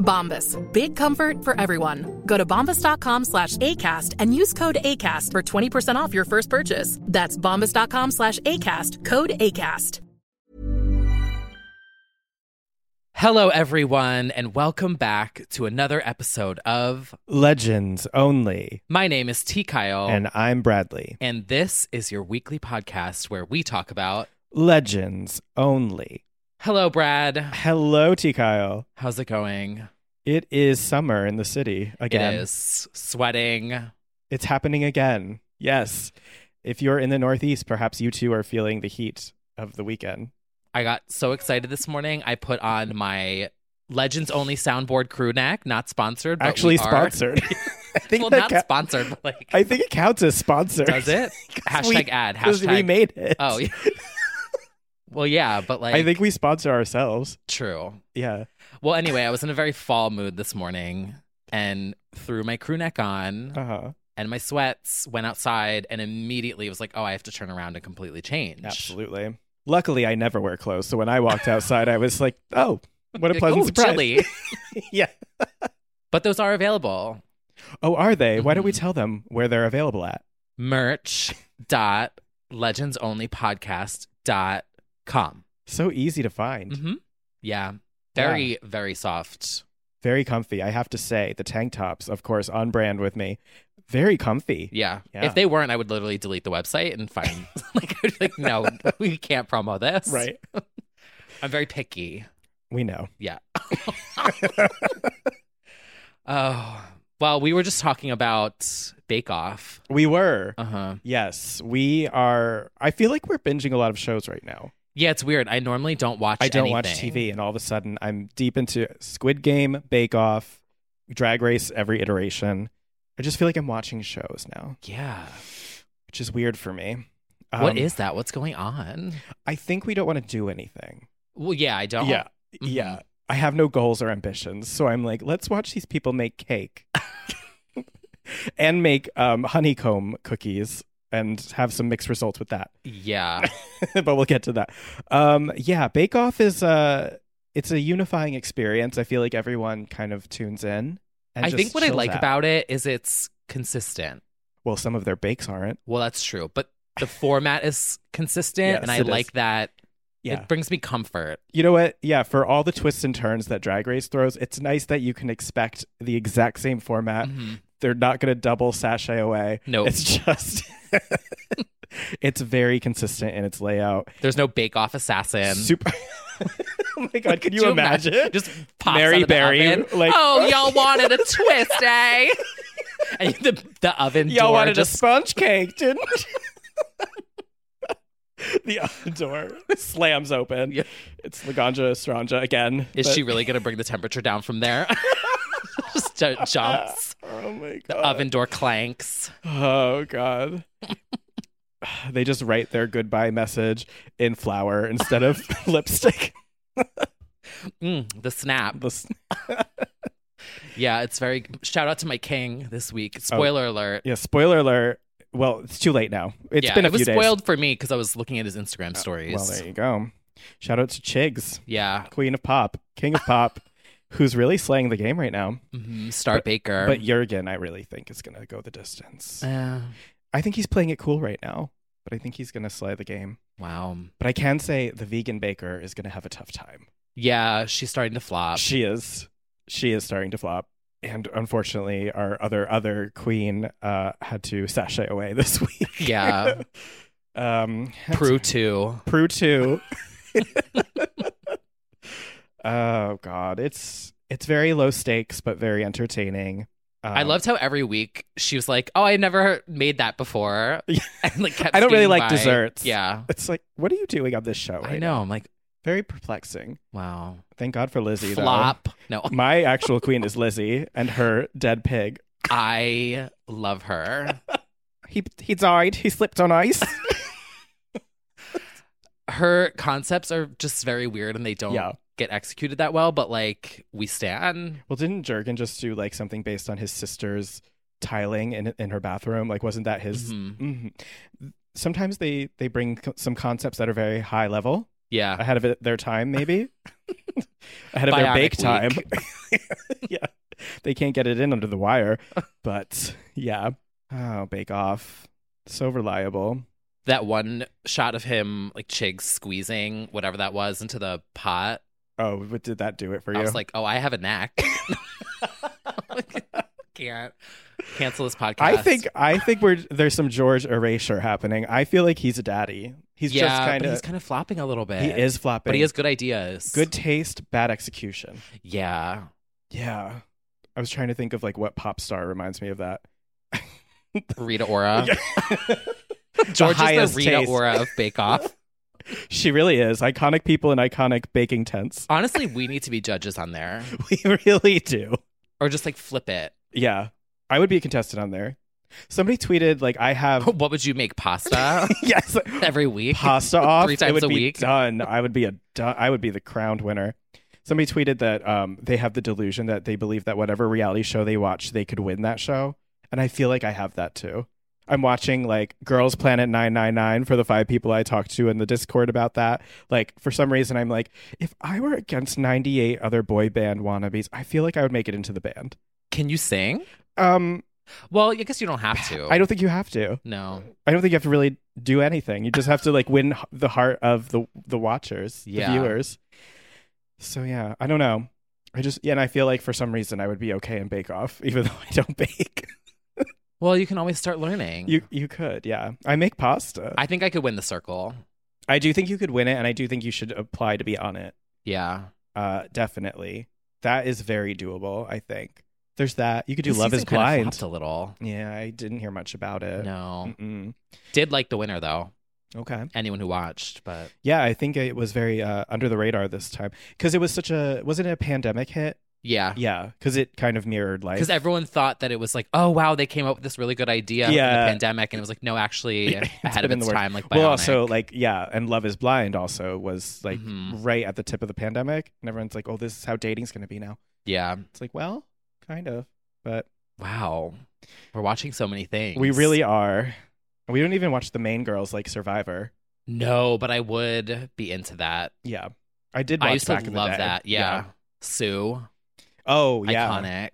Bombas. Big comfort for everyone. Go to bombas.com slash ACAST and use code ACAST for 20% off your first purchase. That's bombas.com slash ACAST. Code ACAST. Hello, everyone, and welcome back to another episode of Legends only. My Name is T. Kyle, And I'm Bradley. and this is your weekly podcast where we talk about. Legends only. Hello, Brad. Hello, T Kyle. How's it going? It is summer in the city again. It is sweating. It's happening again. Yes. If you're in the Northeast, perhaps you too are feeling the heat of the weekend. I got so excited this morning. I put on my Legends Only soundboard crew neck, not sponsored. But we Actually are- sponsored. I think well, that not ca- sponsored, but like, I think it counts as sponsored. does it? hashtag We- ad. 'cause We Hashtag. made it. oh, yeah. well, yeah, but like, I think we sponsor ourselves. true. Yeah. Well, anyway, I was in a very fall mood this morning and threw my crew neck on Uh huh. and my sweats, went outside, and immediately was like, oh, I have to turn around and completely change. Absolutely. Luckily, I never wear clothes. So when I walked outside, I was like, oh, what a Like, pleasant "Ooh, surprise. chilly. yeah. but those are available. Oh, are they? Why don't we Mhm. tell them where they're available at? Merch dot legends only podcast dot com. So easy to find. Mm-hmm. Yeah. Very, very soft. Very comfy. I have to say, the tank tops, of course, on brand with me. Very comfy. Yeah. Yeah. If they weren't, I would literally delete the website and find like, I'd be like, no, we can't promo this. Right. I'm very picky. We know. Yeah. oh, well, we were just talking about Bake Off. We were. Uh huh. Yes, we are. I feel like we're binging a lot of shows right now. Yeah, it's weird. I normally don't watch. I don't watch anything. TV, and all of a sudden, I'm deep into Squid Game, Bake Off, Drag Race, every iteration. I just feel like I'm watching shows now, Yeah. which is weird for me. what Um, is that? What's going on? I think we don't want to do anything. Well, yeah, I don't. Yeah. Yeah. I have no goals or ambitions. So I'm like, let's watch these people make cake and make um, honeycomb cookies and have some mixed results with that. Yeah. but we'll get to that. Um, yeah, Bake Off is uh it's a unifying experience. I feel like everyone kind of tunes in. And I just think what I chills like out. about it is it's consistent. well, some of their bakes aren't. Well, that's true, but the format is consistent, Yes, and I it is. like that. Yeah. It brings me comfort. You know what? Yeah, for all the twists and turns that Drag Race throws, it's nice that you can expect the exact same format. Mhm. They're not going to double sachet away. No, It's just it's very consistent in its layout. there's no Bake Off assassin. Super. oh my god! Could Could you, imagine? Just pops Mary out of the Berry, oven. like- oh, y'all wanted a twist, eh? And the the oven y'all door wanted a just sponge cake, didn't? you? the other door slams open. Yeah. It's Laganja Estranja again. is but- she really gonna bring the temperature down from there? just ju- jumps. Oh my god! The oven door clanks. Oh god. they just write their goodbye message in flour instead of lipstick. Mm, the snap. The s- Yeah, it's very. Shout out to my king this Oh, week. Spoiler alert. Yeah, spoiler alert. Well, it's too late now. It's yeah, been a it few was days. spoiled for me because I was looking at his Instagram stories. Well, there you go. Shout out to Chigs, Yeah. Queen of Pop, King of Pop, who's really slaying the game right now. Mhm. Star Baker. But Jurgen, I really think is gonna go the distance. Uh, I think he's playing it cool right now, but I think he's gonna slay the game. wow. But I can say the vegan baker is gonna have a tough time. Yeah, she's starting to flop. She is. She is starting to flop. And unfortunately, our other other queen uh, had to sashay away this week. Yeah. um, Prue too. Prue too. oh God, it's it's very low stakes but very entertaining. Um, I loved how every week she was like, "Oh, I never made that before," and like kept I don't really skating like by. desserts. Oh, Yeah, It's like, what are you doing on this show? I right know. now? I'm like, Very perplexing. wow, Thank God for Lizzie. though. flop. No, My actual queen is Lizzie and her dead pig. I love her. He he died. He slipped on ice. Her concepts are just very weird, and they don't Yeah. get executed that well. But like, we stand. Well, didn't Jurgen just do like something based on his sister's tiling in in her bathroom? Like, wasn't that his? Mhm. Mhm. Sometimes they they bring co- some concepts that are very high level, Yeah, ahead of it- their time, maybe ahead of their Bionic bake time. yeah, they can't get it in under the wire, but yeah. Oh, Bake Off, so reliable. that one shot of him like Chig squeezing whatever that was into the pot. Oh, what did that do it for I you? was like, "Oh, I have a knack." Can't cancel this podcast. I think I think we're there's some George erasure happening. I feel like he's a daddy. He's yeah, just kind but of he's kind of flopping a little bit. He is flopping. but he has good ideas. good taste, bad execution. yeah. Yeah. I was trying to think of like what pop star reminds me of that. Rita Ora. Yeah. George is highest the Rita taste. Ora of Bake Off. She really is. Iconic people in iconic baking tents. Honestly, we need to be judges on there, We really do. or just like flip it. Yeah. I would be a contestant on there. Somebody tweeted like I have What would you make pasta Oh, yes every week? pasta off Three It times would a be week. Done. I would be a done. I would be the crowned winner. Somebody tweeted that um, they have the delusion that they believe that whatever reality show they watch, they could win that show, and I feel like I have that too. I'm watching like Girls Planet 999 for the five people I talked to in the Discord about that. Like for some reason, I'm like, if I were against 98 other boy band wannabes, I feel like I would make it into the band. Can you sing? Um, Well, I guess you don't have to. I don't think you have to. No. I don't think you have to really do anything. You just have to like win h- the heart of the the watchers, Yeah. the viewers. So yeah, I don't know. I just yeah, and I feel like for some reason I would be okay in Bake Off, even though I don't bake. Well, you can always start learning. you you could yeah. I make pasta. Hmm. I, I think I could win the circle. do think you could win it, and I do think you should apply to be on it. Yeah. Uh, definitely, that is very doable. I think there's that. You could do This Love Is season kinda Blind. Uh, flopped a little. yeah, I didn't hear much about it. No. Mm-mm. Did like the winner though. Okay. Anyone who watched, but Yeah, I think it was very uh, under the radar this time because it was such a wasn't it a pandemic hit? yeah. Yeah, because it kind of mirrored life. because Ah. everyone thought that it was like, oh wow, they came up with this really good idea in Yeah. the pandemic, and it was like, no, actually, It's ahead of been in its the works. time, like bionic. well, also like yeah, and Love Is Blind also was like Mhm. right at the tip of the pandemic, and everyone's like, oh, this is how dating's going to be now. yeah, It's like, well, kind of, but wow, we're watching so many things. we really are. We don't even watch the main girls like Survivor. no, but I would be into that. Yeah, I did. Watch I used to back in the love day. that. Yeah, Sue, Oh yeah.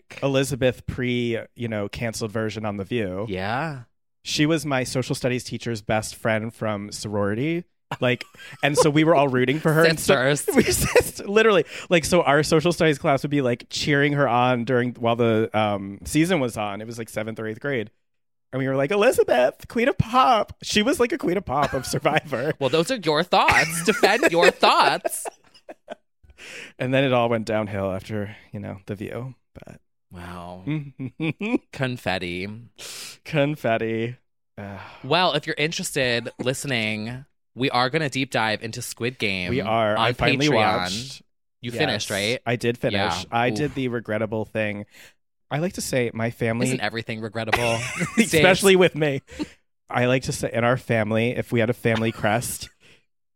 iconic. Elizabeth pre you know canceled version on the View. Yeah, she was my social studies teacher's best friend from sorority. Like, and so we were all rooting for her. and so- Sisters. we sis- literally like so our social studies class would be like cheering her on during while the um, season was on. It was like seventh or eighth grade, and we were like Elizabeth, Queen of Pop. She was like a Queen of Pop of Survivor, well, those are your thoughts. Defend your thoughts. and then it all went downhill after you know the View. But Wow, confetti. confetti. Ah. Well, if you're interested, listening. We are going to deep dive into Squid Game. we are. On I finally Patreon. watched. You Yes. finished, right? I did finish. Yeah. I Oof. did the regrettable thing. I like to say my Isn't family, everything regrettable? Dave's- especially with me, I like to say in our family, if we had a family crest,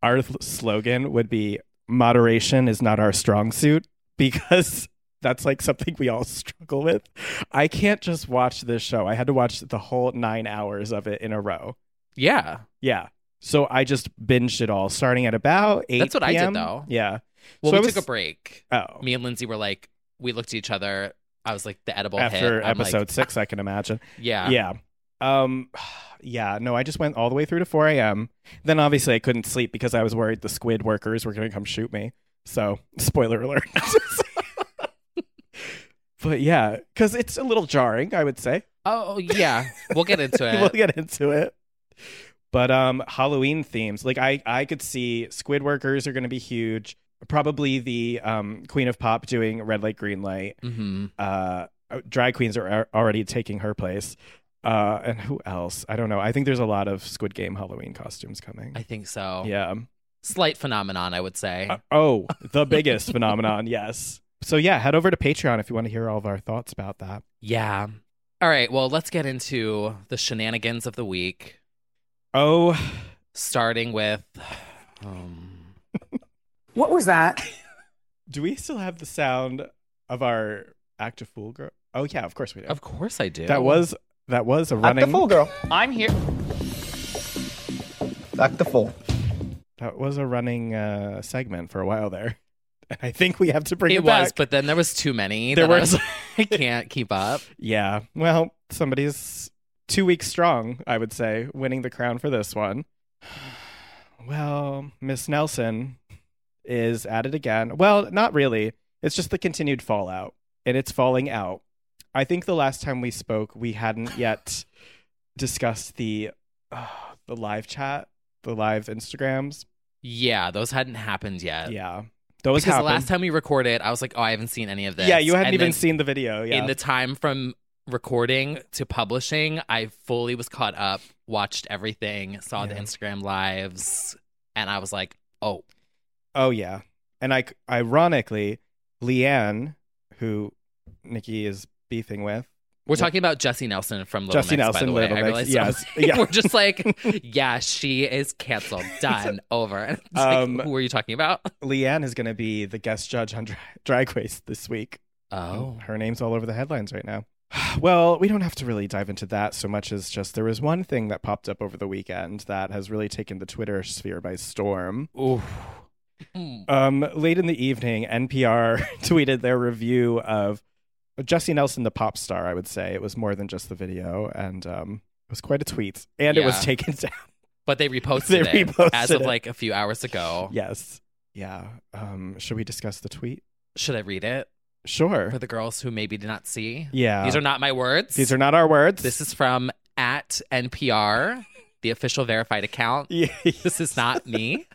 our th- slogan would be moderation is not our strong suit because that's like something we all struggle with. I can't just watch this show. I had to watch the whole nine hours of it in a row. yeah. Yeah. So I just binged it all, starting at about eight. That's what I did, PM. though. Yeah. Well, So we I took was- a break. Oh, Me and Lindsay were like, we looked at each other. I was like, the edible after hit. I'm like, Ah. episode six, I can imagine. yeah. Yeah. Um yeah, no, I just went all the way through to 4 a.m. Then obviously I couldn't sleep because I was worried the squid workers were going to come shoot me. So, spoiler alert. but yeah, cuz it's a little jarring, I would say. Oh yeah. We'll get into it. we'll get into it. But um Halloween themes, like I I could see squid workers are going to be huge. Probably the um Queen of Pop doing red light green light. hmm uh, drag queens are ar- already taking her place. Uh, and who else? I don't know. I think there's a lot of Squid Game Halloween costumes coming. I think so. yeah. Slight phenomenon, I would say. Uh, oh, the biggest phenomenon. Yes. So yeah, head over to Patreon if you want to hear all of our thoughts about that. yeah. All right. Well, let's get into the shenanigans of the week, Oh, starting with. Um, What was that? do we still have the sound of our act of fool girl? Oh yeah, of course we do. of course, I do. that was that was a running girl. I'm here. Dr. Fool. that was a running uh, segment for a while there. And I think we have to bring It, it, was, back. but then there was too many. There that I were- was like, I can't keep up. Yeah. Well, somebody's two weeks strong, I would say, winning the crown for this one. Well, Miss Nelson is at it again. Well, not really. It's just the continued fallout, and it's falling out. I think the last time we spoke, we hadn't yet discussed the uh, the live chat, the live Instagrams. Yeah, those hadn't happened yet. yeah, those Because happened. the last time we recorded, I was like, "Oh, I haven't seen any of this." yeah, you hadn't And even then seen the video. Yeah, In the time from recording to publishing, I fully was caught up, watched everything, saw the Yeah. Instagram lives, and I was like, "Oh, Oh yeah, and I ironically, Leanne, who Nikki is beefing with, we're Wh- talking about Jessie Nelson from Little Jussie Mix, by Nelson, the way. Little I Mix, realized yes, yeah. we're just like, yeah, she is canceled, done, over. And it's like, Um, who are you talking about? Leanne is going to be the guest judge on Dra- Drag Race this week. Oh, her name's all over the headlines right now. Well, we don't have to really dive into that so much as just there was one thing that popped up over the weekend that has really taken the Twitter sphere by storm. ooh, Hmm. Um, late in the evening, NPR tweeted their review of Jesse Nelson, the pop star. I would say it was more than just the video, and um, it was quite a tweet, and it was Yeah. taken down. but they reposted They it as reposted of it. like a few hours ago. Yes. Yeah. Um, should we discuss the tweet? Should I read it Sure. for the girls who maybe did not see? yeah. These are not my words. These are not our words. This is from at NPR, the official verified account. Yeah. This is not me.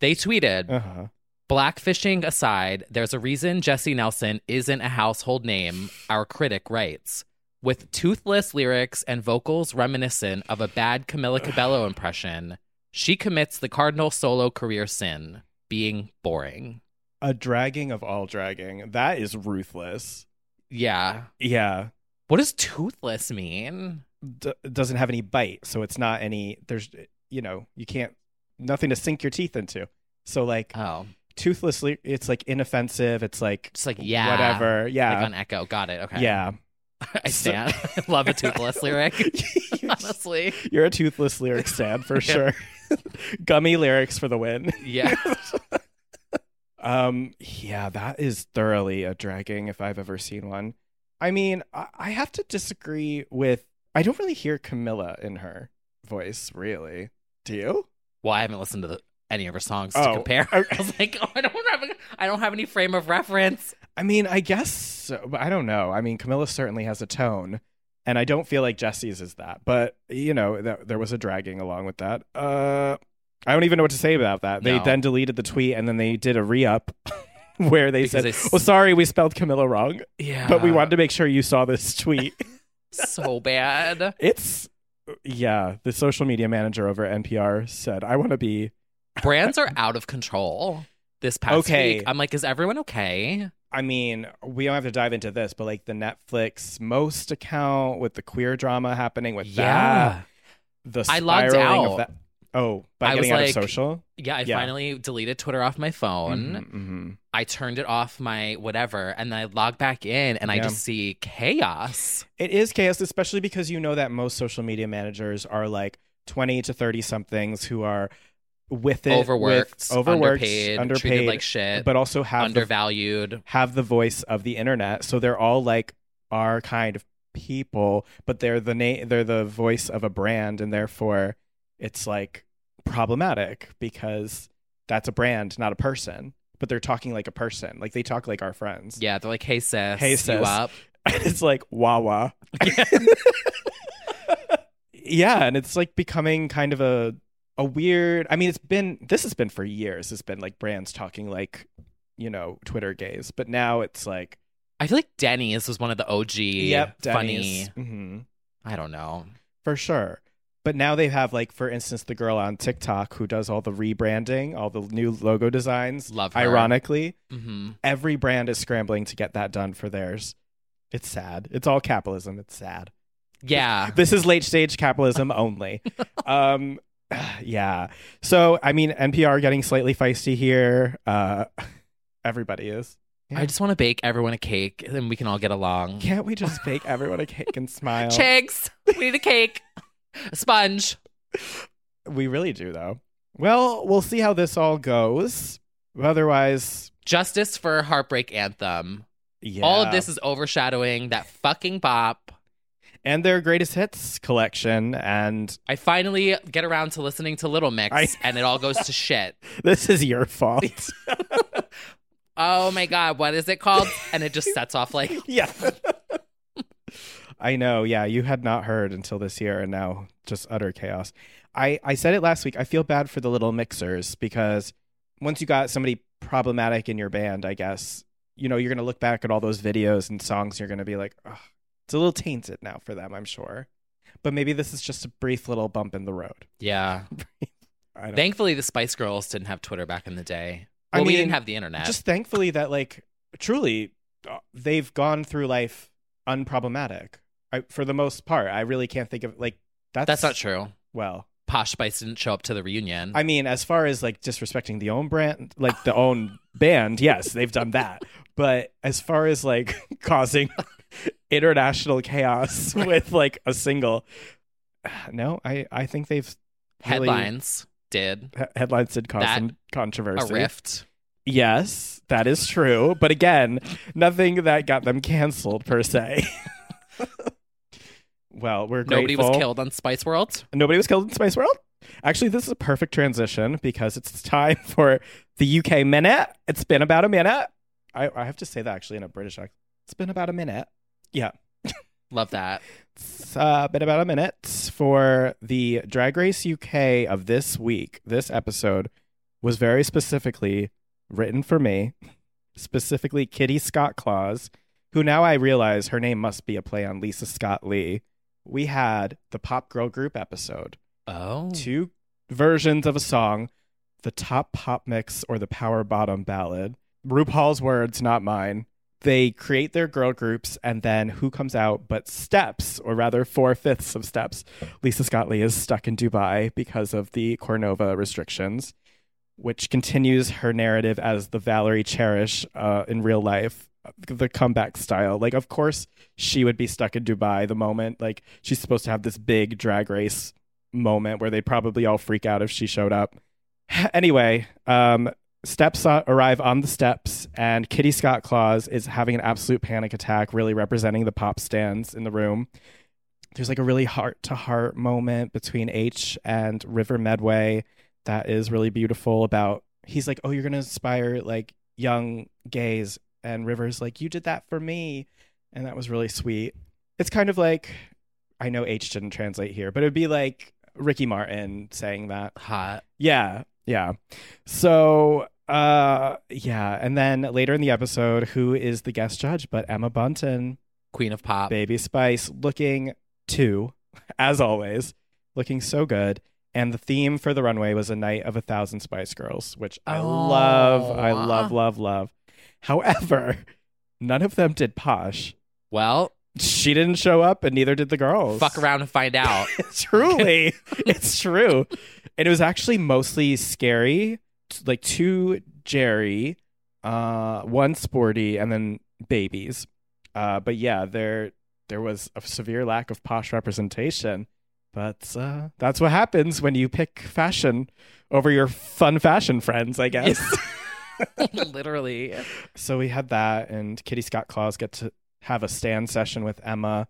They tweeted, Uh-huh. blackfishing aside, there's a reason Jesse Nelson isn't a household name, our critic writes. With toothless lyrics and vocals reminiscent of a bad Camilla Cabello impression, she commits the cardinal solo career sin, being boring. A dragging of all dragging. That is ruthless. Yeah. Yeah. What does toothless mean? D- doesn't have any bite, so it's not any. There's, you know, you can't nothing to sink your teeth into. So like Oh, toothlessly, it's like inoffensive. It's like just like, yeah. whatever. Yeah. Like on Echo. Got it. Okay. Yeah. I So- stand. I love a toothless lyric. Honestly. You're a toothless lyric stan for sure. Gummy lyrics for the win. Yeah. Um, yeah, that is thoroughly a dragging if I've ever seen one. I mean, I, I have to disagree with. I don't really hear Camilla in her voice, really. Do you? Well, I haven't listened to the, any of her songs to Oh, compare. okay. I was like, oh, I don't have, I don't have any frame of reference. I mean, I guess so, but I don't know. I mean, Camilla certainly has a tone, and I don't feel like Jesse's is that. But you know, th- there was a dragging along with that. Uh, I don't even know what to say about that. They No. then deleted the tweet, and then they did a re-up where they Because said, they Uh. s- "Well, sorry, we spelled Camilla wrong, Yeah. but we wanted to make sure you saw this tweet." so bad. it's yeah. The social media manager over at NPR said, "I want to be." Brands are out of control. This past Okay. week, I'm like, is everyone okay? I mean, we don't have to dive into this, but like the Netflix most account with the queer drama happening with that. the I logged spiraling of out. that. Oh, by I was getting out like, of social. Yeah, I Yeah. finally deleted Twitter off my phone. Mhm, mhm. I turned it off my whatever, and then I log back in, and I Yeah. just see chaos. It is chaos, especially because you know that most social media managers are like 20 to 30 somethings who are with it with overworked, overworked underpaid, treated underpaid, like shit, but also have the, undervalued. have the voice of the internet so they're all like our kind of people but they're the na- they're the voice of a brand and therefore it's like problematic because that's a brand not a person but they're talking like a person like they talk like our friends Yeah, they're like, hey sis, Hey, you sis. up? it's like Wawa. yeah, and it's like becoming kind of a a weird. I mean, it's been this has been for years. It's been like brands talking like you know Twitter gays, but now it's like I feel like Denny's was one of the OG funny. hmm I don't know. for sure. But now they have like, for instance, the girl on TikTok who does all the rebranding, all the new logo designs. Love her. Ironically, hmm every brand is scrambling to get that done for theirs. It's sad. It's all capitalism. It's sad. Yeah. this is late stage capitalism only. um, yeah. So I mean, NPR getting slightly feisty here. Uh, everybody is. I just want to bake everyone a cake and we can all get along. Can't we just bake everyone a cake and smile? Chigs, we need a cake. A sponge. We really do, though. Well, we'll see how this all goes. Otherwise, Justice for Heartbreak Anthem. yeah. All of this is overshadowing that fucking bop. and their greatest hits collection, and I finally get around to listening to Little Mix I- and it all goes to shit. this is your fault. Oh my God, what is it called? And it just sets off like, yeah. I know. Yeah, you had not heard until this year, and now just utter chaos. I I said it last week. I feel bad for the little mixers because once you got somebody problematic in your band, I guess you know you're gonna look back at all those videos and songs. And you're gonna be like, Ugh, it's a little tainted now for them, I'm sure. But maybe this is just a brief little bump in the road. yeah. I don't Thankfully, the Spice Girls didn't have Twitter back in the day. I Well, we mean, didn't have the internet. just thankfully that like truly uh, they've gone through life unproblematic I, for the most part i really can't think of like that's That's not true. well Posh Spice didn't show up to the reunion. i mean as far as like disrespecting the own brand like the own band yes they've done that but as far as like causing international chaos with like a single no i i think they've really- Headlines did he- headlines did cause That- some a controversy rift. Yes, that is true. But again, nothing that got them canceled per se. well, we're grateful. Nobody was killed on Spice World. Nobody was killed in Spice World. Actually, this is a perfect transition because it's time for the UK minute. It's been about a minute. I, I have to say that actually in a British accent. It's been about a minute. Yeah. Love that. It's uh, been about a minute for the Drag Race UK of this week. This episode was very specifically written for me, specifically Kitty Scott Claus, who now I realize her name must be a play on Lisa Scott Lee. We had the Pop Girl Group episode, Oh. two versions of a song, the top pop mix or the power bottom ballad. RuPaul's words, not mine. They create their girl groups, and then who comes out but Steps, or rather four fifths of Steps. Lisa Scott Lee is stuck in Dubai because of the Cornova restrictions, which continues her narrative as the Valerie Cherish uh, in real life, uh, the comeback style. Like, of course, she would be stuck in Dubai the moment, like, she's supposed to have this big drag race moment where they'd probably all freak out if she showed up. anyway, um, steps uh, arrive on the steps, and Kitty Scott Claus is having an absolute panic attack, really representing the pop stands in the room. There's like a really heart to heart moment between H and River Medway that is really beautiful. About he's like, Oh, you're going to inspire like young gays. And River's like, You did that for me. And that was really sweet. It's kind of like, I know H didn't translate here, but it'd be like Ricky Martin saying that. Hot. Yeah, yeah. So, uh, yeah, and then later in the episode, who is the guest judge but Emma Bunton, Queen of Pop. Baby Spice, looking two, as always, looking so good. And the theme for the runway was a night of a thousand Spice Girls, which I love, I Oh. love, love, love. However, none of them did Posh. Well, She didn't show up, and neither did the girls. fuck around and find out. Truly, it's true. And it was actually mostly scary, t- like two Jerry, uh, one sporty, and then babies. Uh, but yeah, there there was a severe lack of posh representation, But uh, that's what happens when you pick fashion over your fun fashion friends, I guess. Literally. So we had that, and Kitty Scott Claus get to have a stand session with Emma.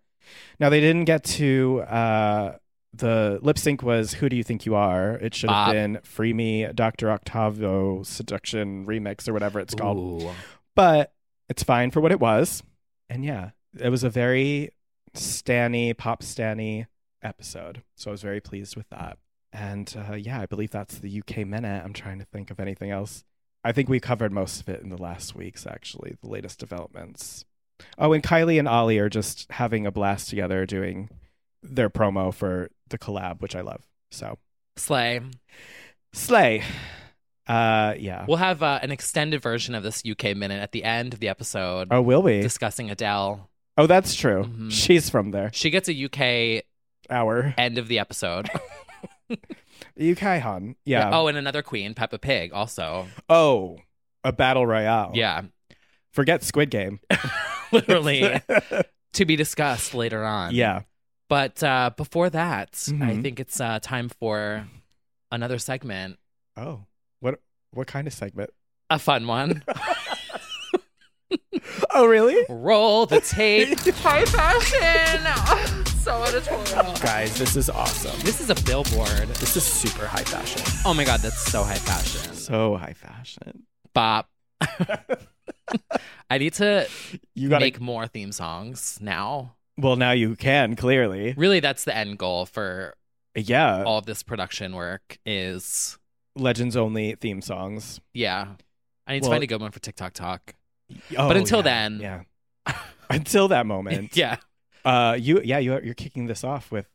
Now they didn't get to uh, the lip sync was "Who Do You Think You Are?" It should have Bop. been "Free Me," Doctor Octavo Seduction Remix or whatever it's called, Ooh. but it's fine for what it was. And yeah, it was a very Stanny pop Stanny episode, so I was very pleased with that. And uh, yeah, I believe that's the UK minute. I'm trying to think of anything else. I think we covered most of it in the last weeks, actually, the latest developments. Oh, and Kylie and Ollie are just having a blast together doing their promo for the collab, which I love. So, Slay. Slay. Uh, yeah. We'll have uh, an extended version of this UK minute at the end of the episode Oh, will we? discussing Adele. Oh, that's true. Mhm. She's from there. She gets a UK Our end of the episode. UK hon. Yeah. Oh, and another queen, Peppa Pig, also. Oh, a battle royale. Yeah. Forget Squid Game. Literally to be discussed later on. yeah. But uh, before that, I Mhm. think it's uh, time for another segment, Oh, what what kind of segment? a fun one. Oh, really? Roll the tape. High fashion. so editorial. Guys, this is awesome. this is a billboard. This is super high fashion. Oh my God, that's so high fashion. So high fashion. Bop. I need to You got to make more theme songs now. Well, now you can clearly. Really, that's the end goal for Yeah. all of this production work is, Legends only theme songs. yeah. I need Well- to find a good one for TikTok Talk. Oh, until yeah, then- Yeah. until that moment. yeah. Uh you yeah, you are, you're kicking this off with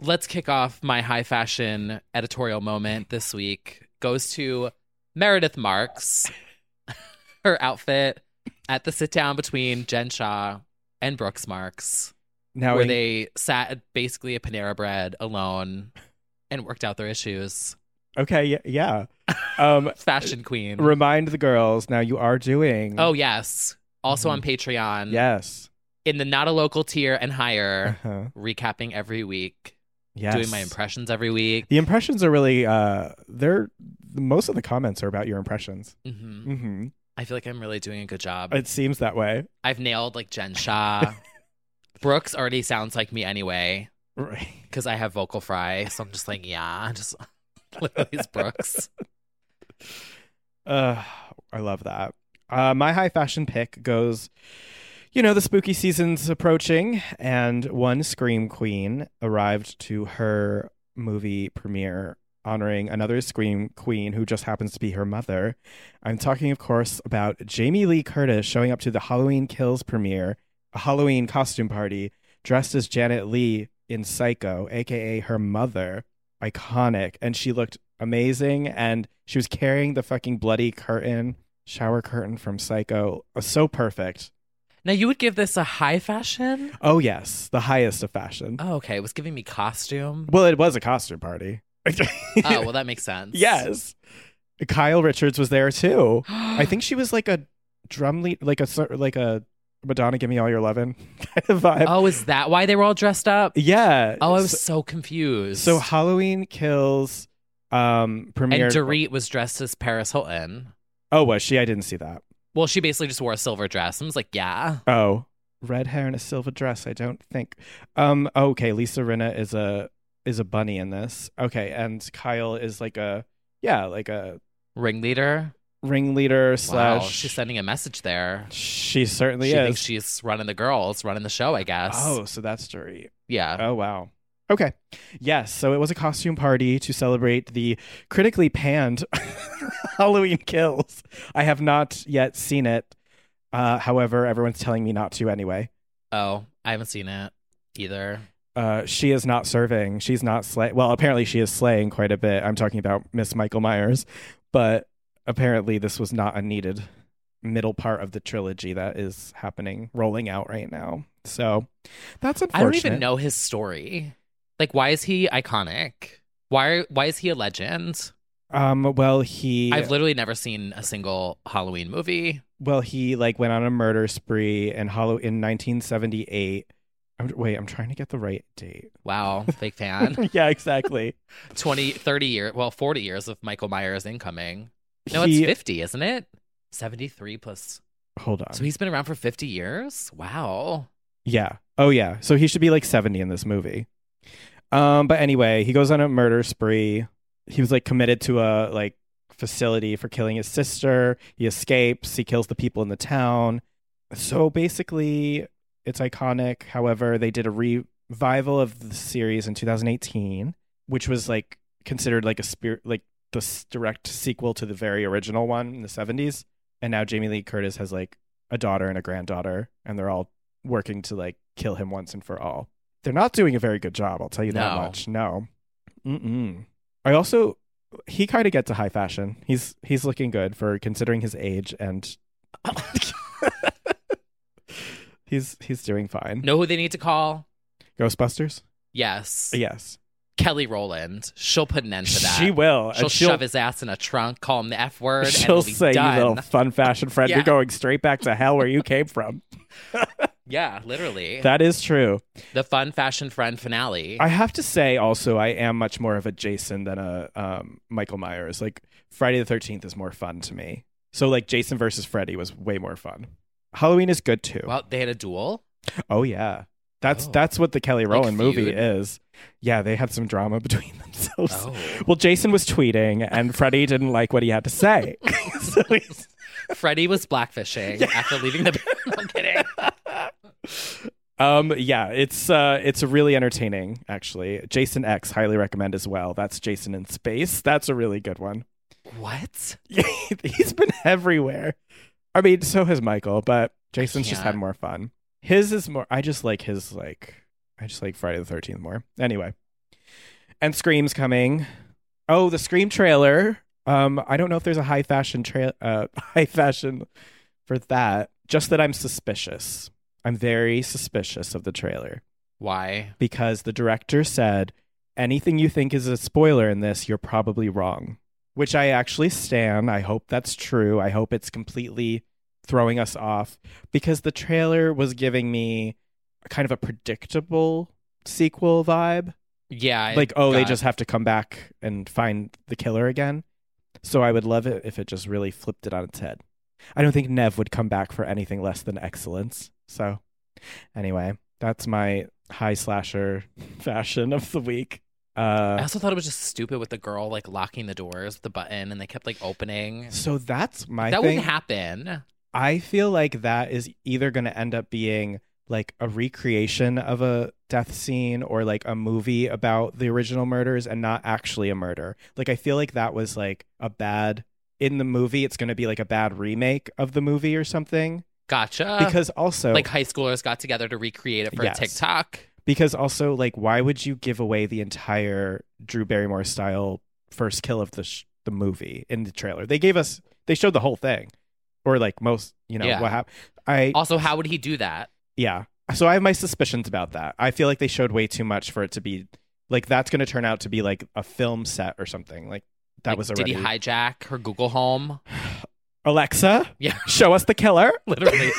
let's kick off my high fashion editorial moment this week goes to Meredith Marks. Her outfit at the sit down between Jen Shaw and Brooks Marks, now where in- they sat at basically a Panera Bread alone and worked out their issues. Okay, yeah. yeah. Um Fashion queen. remind the girls now you are doing oh, yes. Also Mm-hmm. on Patreon. yes. In the not a local tier and higher, Uh-huh. recapping every week, Yes. doing my impressions every week. The impressions are really uh they're most of the comments are about your impressions. hmm Mm-hmm. I feel like I'm really doing a good job. It seems that way. I've nailed like Jen Shah. Brooks already sounds like me anyway Right. because I have vocal fry. So I'm just like, yeah, just literally it's Brooks. Uh, I love that. Uh, my high fashion pick goes, you know, the spooky season's approaching, and one Scream Queen arrived to her movie premiere honoring another Scream Queen who just happens to be her mother. I'm talking, of course, about Jamie Lee Curtis showing up to the Halloween Kills premiere, a Halloween costume party, dressed as Janet Lee in Psycho, aka her mother iconic and she looked amazing and she was carrying the fucking bloody curtain shower curtain from psycho Uh, so perfect Now you would give this a high fashion? oh yes the highest of fashion Oh, okay. It was giving me costume. well it was a costume party oh, well, that makes sense. yes kyle richards was there too i think she was like a drum lead like a sor- like a madonna give me all your lovin' kind of vibe Oh, is that why they were all dressed up? yeah Oh, I so, was so confused. so halloween kills um and premiered Dorit was dressed as Paris Hilton. oh was she i didn't see that Well, she basically just wore a silver dress. I was like, yeah. Oh, red hair and a silver dress. I don't think. Um. Okay, Lisa Rinna is a is a bunny in this. Okay, and Kyle is like a yeah, like a Ringleader. ringleader slash. Wow, she's sending a message there. she certainly she is. thinks she's running the girls, running the show, I guess. oh, so that's Dory. yeah. Oh wow. Okay. Yes. So it was a costume party to celebrate the critically panned Halloween kills. I have not yet seen it. Uh, however, everyone's telling me not to anyway. Oh, I haven't seen it either. uh, she is not serving. She's not slay. Well, apparently she is slaying quite a bit. I'm talking about Miss Michael Myers, but apparently this was not a needed middle part of the trilogy that is happening, rolling out right now. So that's I unfortunate. don't even know his story. Like, why is he iconic? Why? Why is he a legend? Um, well, he I've literally never seen a single Halloween movie. well he like went on a murder spree in Hollow in 1978. I'm, wait, I'm trying to get the right date. Wow, big fan. yeah, exactly. 20, 30 years, well, 40 years of Michael Myers incoming. No, He- it's 50, isn't it? 73 plus. Hold on. So he's been around for 50 years? Wow. Yeah. Oh yeah. So he should be like 70 in this movie. Um but anyway, he goes on a murder spree. He was like committed to a like facility for killing his sister. He escapes, he kills the people in the town. So basically, it's iconic. However, they did a revival of the series in 2018, which was like considered like a spirit like the s- direct sequel to the very original one in the 70s. And now Jamie Lee Curtis has like a daughter and a granddaughter and they're all working to like kill him once and for all. They're not doing a very good job, I'll tell you that No. much. No. Mm-mm. I also he kind of gets a high fashion. He's he's looking good for considering his age and he's he's doing fine. Know who they need to call? Ghostbusters? Yes. Yes. Kelly Rowland. She'll put an end to that. She will. and She'll, shove his ass in a trunk, call him the F word, and She'll it'll be say, done. "You little fun fashion friend, Yeah. you're going straight back to hell where you came from." Yeah, literally. That is true. the fun fashion friend finale. I have to say also I am much more of a Jason than a um, Michael Myers. Like Friday the thirteenth is more fun to me. So like Jason versus Freddy was way more fun. Halloween is good too. well, they had a duel. oh yeah. That's Oh. that's what the Kelly Like Rowland movie feud? is. Yeah, they had some drama between themselves. Oh. Well, Jason was tweeting and Freddy didn't like what he had to say. so he's Freddie was blackfishing after leaving the. I'm kidding. Um, yeah, it's uh, it's really entertaining actually. Jason X highly recommend as well. That's Jason in space. That's a really good one. What? he's been everywhere. I mean, so has Michael, but Jason's just had can't. more fun. His is more. I just like his like. I just like Friday the Thirteenth more. Anyway, and Scream's coming. Oh, the Scream trailer. Um, I don't know if there's a high fashion trail. Uh, high fashion for that. Just that I'm suspicious. I'm very suspicious of the trailer Why? because the director said anything you think is a spoiler in this, you're probably wrong, which I actually stand. I hope that's true. I hope it's completely throwing us off because the trailer was giving me kind of a predictable sequel vibe. Yeah. I like, oh, they got- just have to come back and find the killer again. So I would love it if it just really flipped it on its head. I don't think Nev would come back for anything less than excellence. So anyway, that's my high slasher fashion of the week. I Uh, also thought it was just stupid with the girl like locking the doors with the button and they kept like opening. so that's my that thing. wouldn't happen. I feel like that is either going to end up being like a recreation of a death scene or like a movie about the original murders and not actually a murder. Like I feel like that was like a bad in the movie it's going to be like a bad remake of the movie or something Gotcha. because also Uh, like high schoolers got together to recreate it for Yes. a TikTok. because also like why would you give away the entire Drew Barrymore style first kill of the sh- the movie in the trailer? They gave us they showed the whole thing or like most, you know, Yeah. what happened. I Also, how would he do that? Yeah. So I have my suspicions about that. I feel like they showed way too much for it to be like that's going to turn out to be like a film set or something. Like that Like, was already Did he hijack her Google Home? Alexa, Yeah, show us the killer. literally.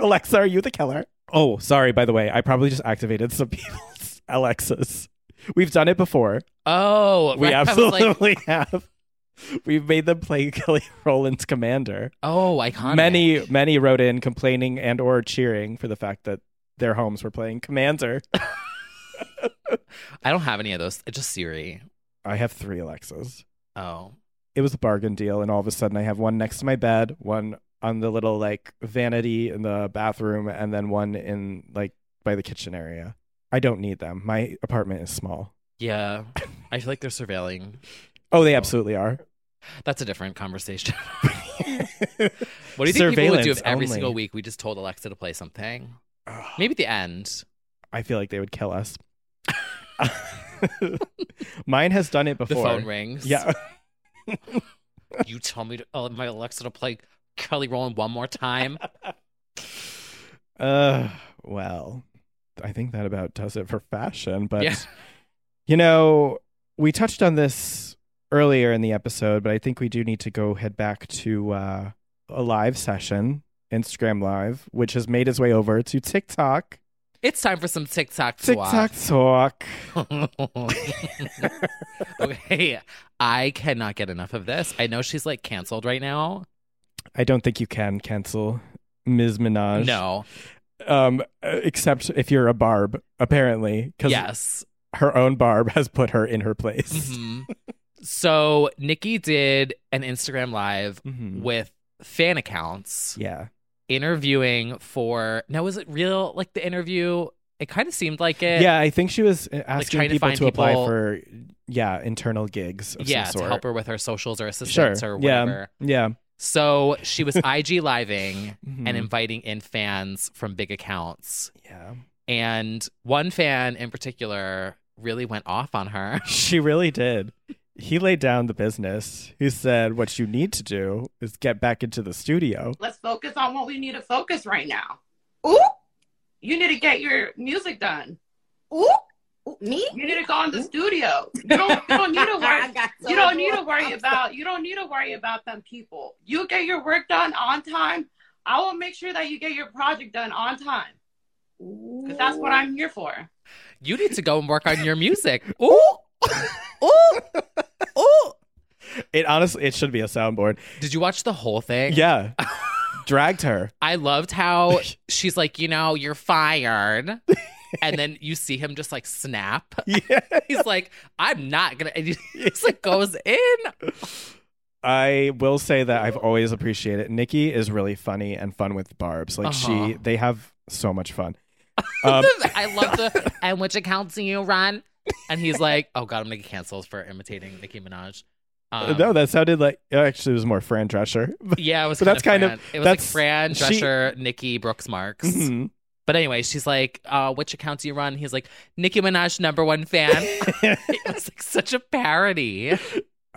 Alexa, are you the killer? Oh, sorry. By the way, I probably just activated some people's Alexas. We've done it before. oh, we right. I was like, absolutely have. We've made them play Kelly Rowland's commander. oh, iconic. Many, many wrote in complaining and or cheering for the fact that their homes were playing commander. I don't have any of those. It's just Siri. I have three Alexas. Oh, it was a bargain deal and all of a sudden i have one next to my bed one on the little like vanity in the bathroom and then one in like by the kitchen area i don't need them my apartment is small yeah. I feel like they're surveilling. oh they absolutely are That's a different conversation. What do you think people would do if Surveillance every only. single week we just told Alexa to play something? Maybe at the end. i feel like they would kill us mine has done it The before phone rings. yeah You tell me to, oh, my Alexa to play Kelly Rowland one more time. uh well i think that about does it for fashion but yeah. You know, we touched on this earlier in the episode, but I think we do need to go head back to uh, a live session, Instagram Live, which has made its way over to TikTok. It's time for some TikTok TikTok talk. talk. okay, I cannot get enough of this. I know she's like canceled right now. I don't think you can cancel Ms. Minaj. No. Um, uh, except if you're a Barb, apparently, because Yes. her own Barb has put her in her place. Mhm. so Nikki did an Instagram live Mhm. with fan accounts Yeah. interviewing for now was it real like the interview it kind of seemed like it Yeah, I think she was uh, asking trying to people to, find apply people- for yeah internal gigs of yeah some sort. to help her with her socials or sure. assistants or yeah. whatever Yeah. so she was ig living Mhm. and inviting in fans from big accounts yeah. and one fan in particular really went off on her She really did. He laid down the business. He said, "What you need to do is get back into the studio." Let's focus on what we need to focus right now. Ooh, you need to get your music done. Ooh, Me? you need to go in the studio. You don't, you don't need to I worry. got so You don't need to bored. worry I'm about. You don't need to worry about them people. You get your work done on time. I will make sure that you get your project done on time. so- 'Cause that's what I'm here for. you need to go and work on your music ooh ooh ooh It honestly, it should be a soundboard. did you watch the whole thing Yeah, dragged her. I loved how she's like, you know, you're fired. And then you see him just like snap. Yeah, He's like, I'm not gonna. And he just like goes in. I will say that I've always appreciated. Nikki is really funny and fun with Barb's. Like she, Uh-huh. they have so much fun. Um, I love the. And which account do you run? And he's like, oh god, I'm gonna get canceled for imitating Nicki Minaj. Um, no, that sounded like actually it was more Fran Drescher. yeah, it was. but that's kind of. kind of- Fran. it was like that's- Fran she- Drescher, Nicki Brooks Marks. Mhm. But anyway, she's like, uh, which account do you run? He's like, Nicki Minaj, number one fan. it was like such a parody.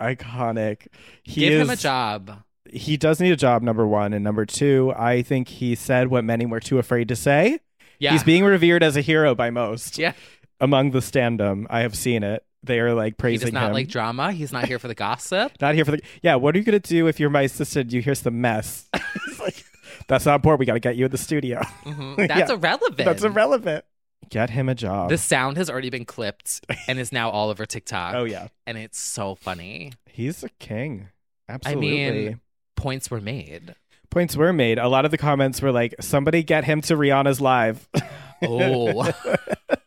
Iconic. He Give him a is- job. he does need a job number one and number two i think he said what many were too afraid to say Yeah. he's being revered as a hero by most Yeah. among the standum i have seen it they are like He praising does not him like drama. He's not here for the gossip. not here for the yeah what are you gonna do if you're my assistant you hear some mess it's like that's not important we gotta get you in the studio Mhm. That's Yeah. irrelevant. that's irrelevant get him a job The sound has already been clipped and is now all over TikTok. oh yeah And it's so funny. he's a king absolutely Points were made. points were made a lot of the comments were like somebody get him to rihanna's live Oh.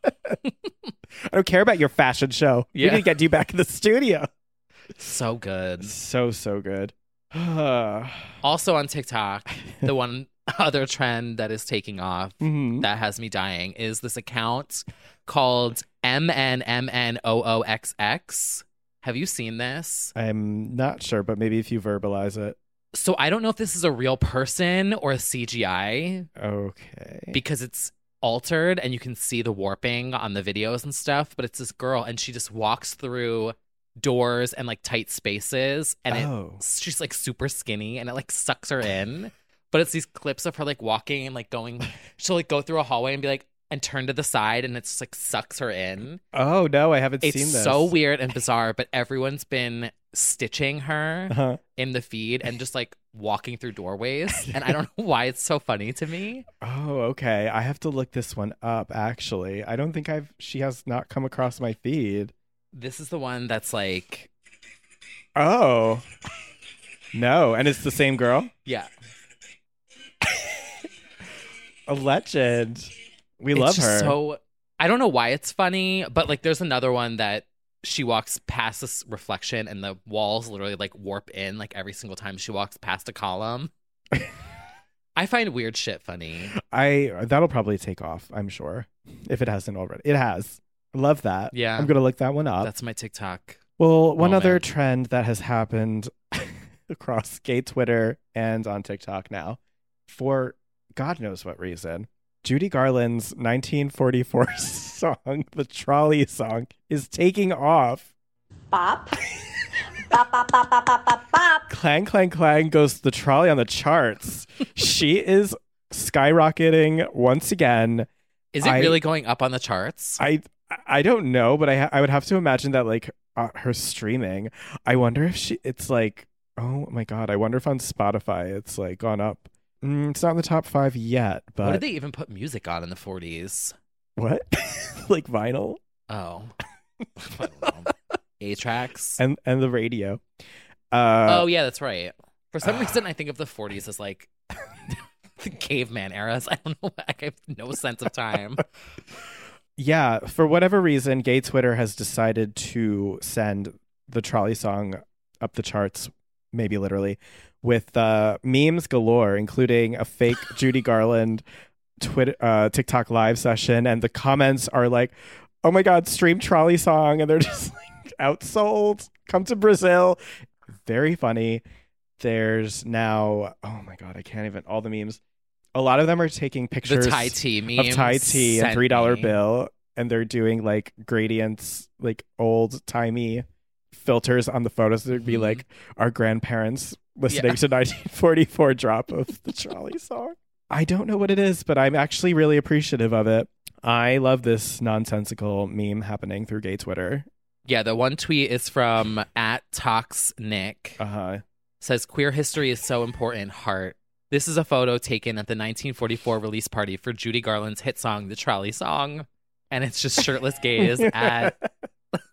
I don't care about your fashion show. We Yeah. need to get you back in the studio. so good. Mm-hmm. So so good. Mhm. Also on TikTok, the one other trend that is taking off Mm-hmm. that has me dying is this account called MNMNOOXX. Have you seen this? I'm not sure, but maybe if you verbalize it. So I don't know if this is a real person or a CGI Okay. because it's altered and you can see the warping on the videos and stuff, but it's this girl and she just walks through doors and like tight spaces and it, oh. she's like super skinny and it like sucks her in. But it's these clips of her like walking and like going she'll like go through a hallway and be like and turn to the side and it's just like sucks her in. Oh no, I haven't It's seen this. so weird and bizarre, but everyone's been stitching her Uh-huh. in the feed and just like walking through doorways. And I don't know why it's so funny to me. Oh, okay. I have to look this one up actually. I don't think I've she has not come across my feed. This is the one that's like, Oh. No, and it's the same girl? yeah, A legend. We it's love just her. So I don't know why it's funny, but like, there's another one that she walks past this reflection, and the walls literally like warp in like every single time she walks past a column. I find weird shit funny. I that'll probably take off, I'm sure. If it hasn't already. It has. I love that. Yeah. I'm gonna look that one up. That's my TikTok. well, one Oh, other man. trend that has happened across gay Twitter and on TikTok now, for God knows what reason. Judy Garland's 1944 song, the trolley song, is taking off. Bop. bop, bop, bop, bop, bop, bop, bop. Clang, clang, clang goes the trolley on the charts. she is skyrocketing once again. Is it I- really going up on the charts? I I don't know, but I ha- I would have to imagine that like uh, her streaming. I wonder if she it's like oh my god, I wonder if on Spotify it's like gone up. Mm, it's not in the top five yet, what but did they even put music on in the 40s? What? like vinyl? Oh. A tracks. And and the radio. oh Uh, yeah, that's right. For some reason, I think of the 40s as like the caveman eras. I don't know. why. I have no sense of time. Yeah, for whatever reason, Gay Twitter has decided to send the trolley song up the charts, maybe literally, with uh, memes galore, including a fake Judy Garland Twitter uh, TikTok live session, and the comments are like, "Oh my God, stream trolley song," and they're just like outsold. Come to Brazil, very funny. There's now, oh my God, I can't even all the memes. A lot of them are taking The pictures Thai tea meme. of Thai tea and three dollar bill, and they're doing like gradients, like old timey filters on the photos. There'd be Mhm. like our grandparents listening to 1944 drop of the trolley song. I don't know what it is, but I'm actually really appreciative of it. I love this nonsensical meme happening through gay Twitter. Yeah, the one tweet is from at Tox Nick. Uh huh. says queer history is so important heart this is a photo taken at the 1944 release party for judy garland's hit song the trolley song and it's just shirtless gays at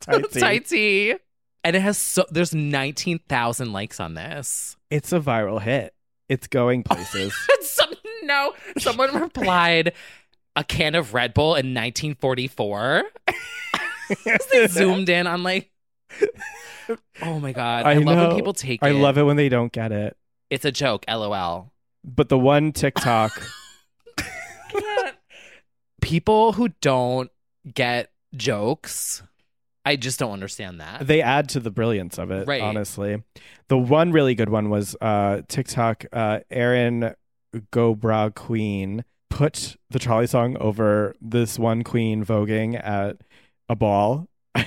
Thai tea. Thai tea and it has so there's 19000 likes on this It's a viral hit. It's going places. Some, no someone replied a can of red bull in 1944 they zoomed in on like oh my god i, I love know. when people take I it love it when they don't get it. it's a joke lol But the one TikTok, people who don't get jokes, I just don't understand that. they add to the brilliance of it, Right. honestly. The one really good one was uh, TikTok, uh, Aaron Gobra Queen put the trolley song over this one queen voguing at a ball. and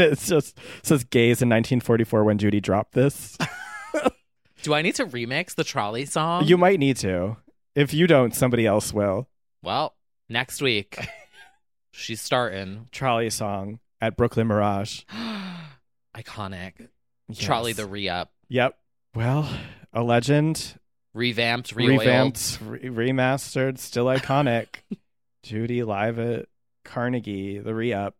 it just says gays in 1944 when Judy dropped this. Do I need to remix the trolley song? you might need to. If you don't, somebody else will. well, next week. She's starting. Trolley song at Brooklyn Mirage. Iconic. Trolley Yes. the re up. Yep. Well, a legend, Revamped, re-oiled. revamped, re- remastered, still iconic. Judy live at Carnegie, the re up.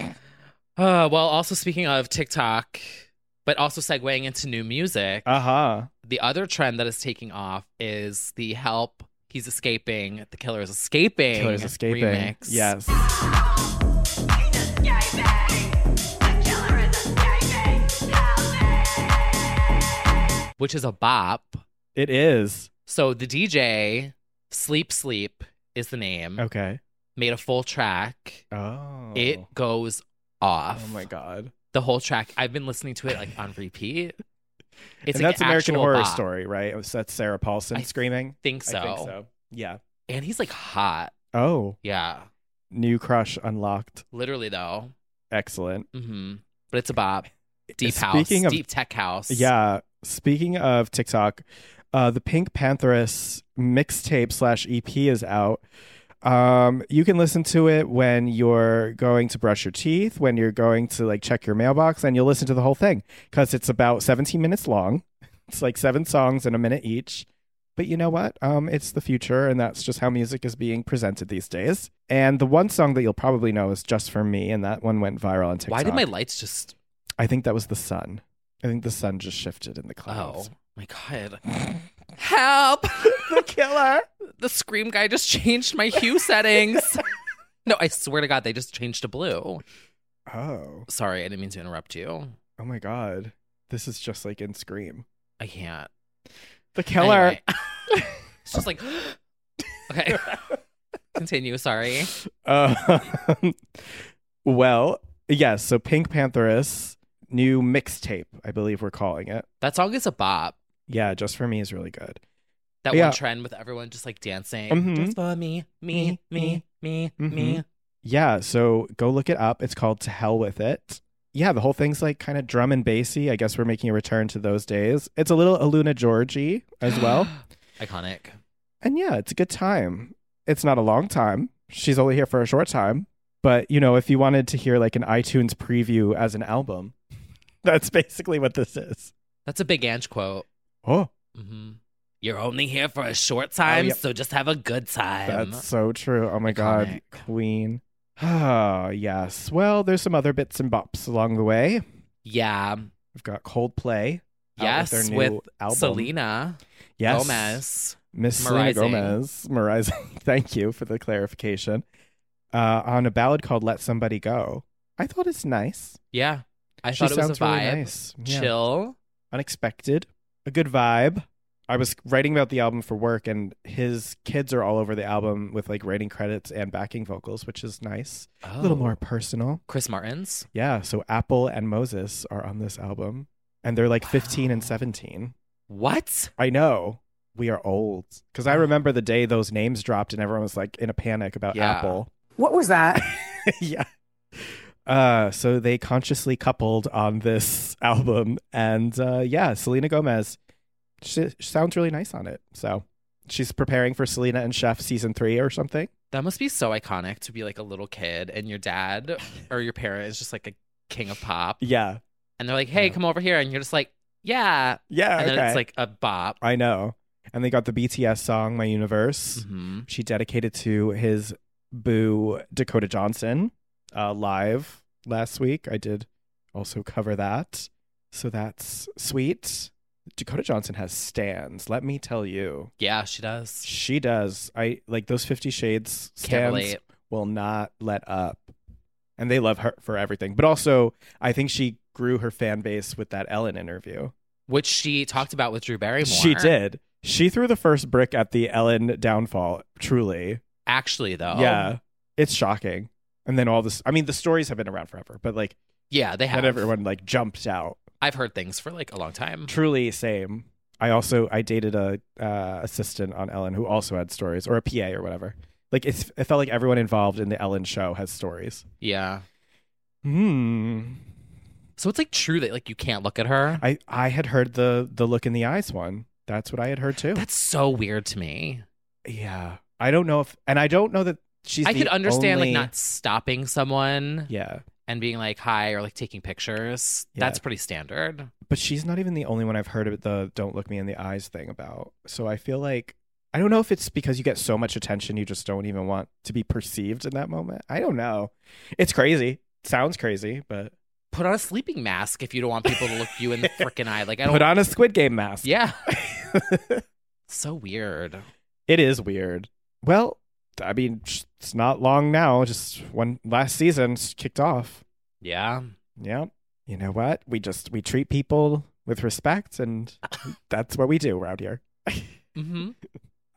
Uh, well, also speaking of TikTok, but also segueing into new music, Uh huh. the other trend that is taking off is the help. He's escaping. The killer is escaping. Killer's escaping. Remix. Yes. Which is a bop. It is. So the DJ, Sleep Sleep is the name, Okay. made a full track. Oh. It goes off. Oh my God. The whole track. I've been listening to it like on repeat. It's and an that's American actual Horror bop. Story, right? So That's Sarah Paulson I screaming. Think so. I think so. Yeah. And he's like hot. Oh. Yeah. New crush unlocked. Literally though. Excellent. hmm But it's a bop. Deep house. Speaking of deep tech house. Yeah. Speaking of TikTok, uh, the Pink Pantheress mixtape slash EP is out. Um, you can listen to it when you're going to brush your teeth, when you're going to like check your mailbox, and you'll listen to the whole thing because it's about 17 minutes long. It's like seven songs in a minute each. But you know what? Um, it's the future, and that's just how music is being presented these days. And the one song that you'll probably know is "Just for Me," and that one went viral on TikTok. Why did my lights just I think that was the sun. I think the sun just shifted in the Oh clouds. my god. Help! the killer. the scream guy just changed my hue settings. no, I swear to God, they just changed to blue. Oh. Sorry, I didn't mean to interrupt you. Oh my god. This is just like in Scream. I can't. The killer. Anyway. it's just like, okay. Continue. Sorry. Um, well, yes. So Pink Pantheress new mixtape, I believe we're calling it. That song is a bop. Yeah, just for me is really good. That Yeah. one trend with everyone just like dancing. Mhm. Just for me, me, me, me, Mm-hmm. me. Yeah, so go look it up. It's called To Hell With It. Yeah, the whole thing's like kind of drum and bassy. I guess we're making a return to those days. It's a little Aluna Georgie as well. Iconic. And yeah, it's a good time. It's not a long time. She's only here for a short time. But, you know, if you wanted to hear like an iTunes preview as an album, that's basically what this is. That's a big Ange quote. Oh, hmm You're only here for a short time, Oh, yeah. so just have a good time. That's so true. Oh my god, Queen. Ah, yes. Well, there's some other bits and bops along the way. yeah. We've got Coldplay. out Yes, their with new album. Selena Yes. Gomez. Miss Selena Marising. Gomez. Marising. Thank you for the clarification. Uh, on a ballad called Let Somebody Go. I thought it's nice. Yeah. I She thought it was a sounds really vibe. nice. Yeah. Chill. unexpected, a good vibe. I was writing about the album for work, and his kids are all over the album with like writing credits and backing vocals, which is nice. A little Oh. more personal. Chris Martins. Yeah. So Apple and Moses are on this album, and they're like 15 and 17. What? I know we are old because I remember the day those names dropped, and everyone was like in a panic about Yeah. Apple. What was that? yeah. Uh, so they consciously coupled on this album, and uh, yeah, Selena Gomez she, she sounds really nice on it. So she's preparing for Selena and Chef season three or something. That must be so iconic to be like a little kid and your dad or your parent is just like a king of pop. Yeah, And they're like, hey, come over here. And you're just like, yeah. yeah. And then okay. it's like a bop. I know, and they got the BTS song "My Universe." hmm She dedicated to his boo Dakota Johnson uh, live last week. I did also cover that, so that's sweet. Dakota Johnson has stands. Let me tell you. Yeah, she does. She does. I like those Fifty Shades Can't stands relate. will not let up, and they love her for everything. But also, I think she grew her fan base with that Ellen interview. Which she talked about with Drew Barrymore. She did. She threw the first brick at the Ellen downfall. Truly, Actually, though. yeah, it's shocking. And then all this. I mean, the stories have been around forever, but like Yeah, they have. not everyone like jumped out. I've heard things for like a long time. Truly, same. I also I dated a uh, assistant on Ellen who also had stories, or a PA or whatever. Like it's, it felt like everyone involved in the Ellen show has stories. Yeah. Hmm. So it's like true that like you can't look at her. I I had heard the the look in the eyes one. That's what I had heard too. That's so weird to me. yeah. I don't know if, and I don't know that she's. I the could understand only- like not stopping someone Yeah, and being like hi or like taking pictures. Yeah. That's pretty standard. but she's not even the only one I've heard of the "don't look me in the eyes" thing about. So I feel like I don't know if it's because you get so much attention, you just don't even want to be perceived in that moment. I don't know. It's crazy. Sounds crazy, but Put on a sleeping mask if you don't want people to look you in the freaking eye. Like I don't. put on a Squid Game mask. yeah. so weird. It is weird. Well, I mean, sh- it's not long now. Just one last season s- kicked off. Yeah. Yeah. You know what? We just we treat people with respect, and that's what we do around here. Mm-hmm.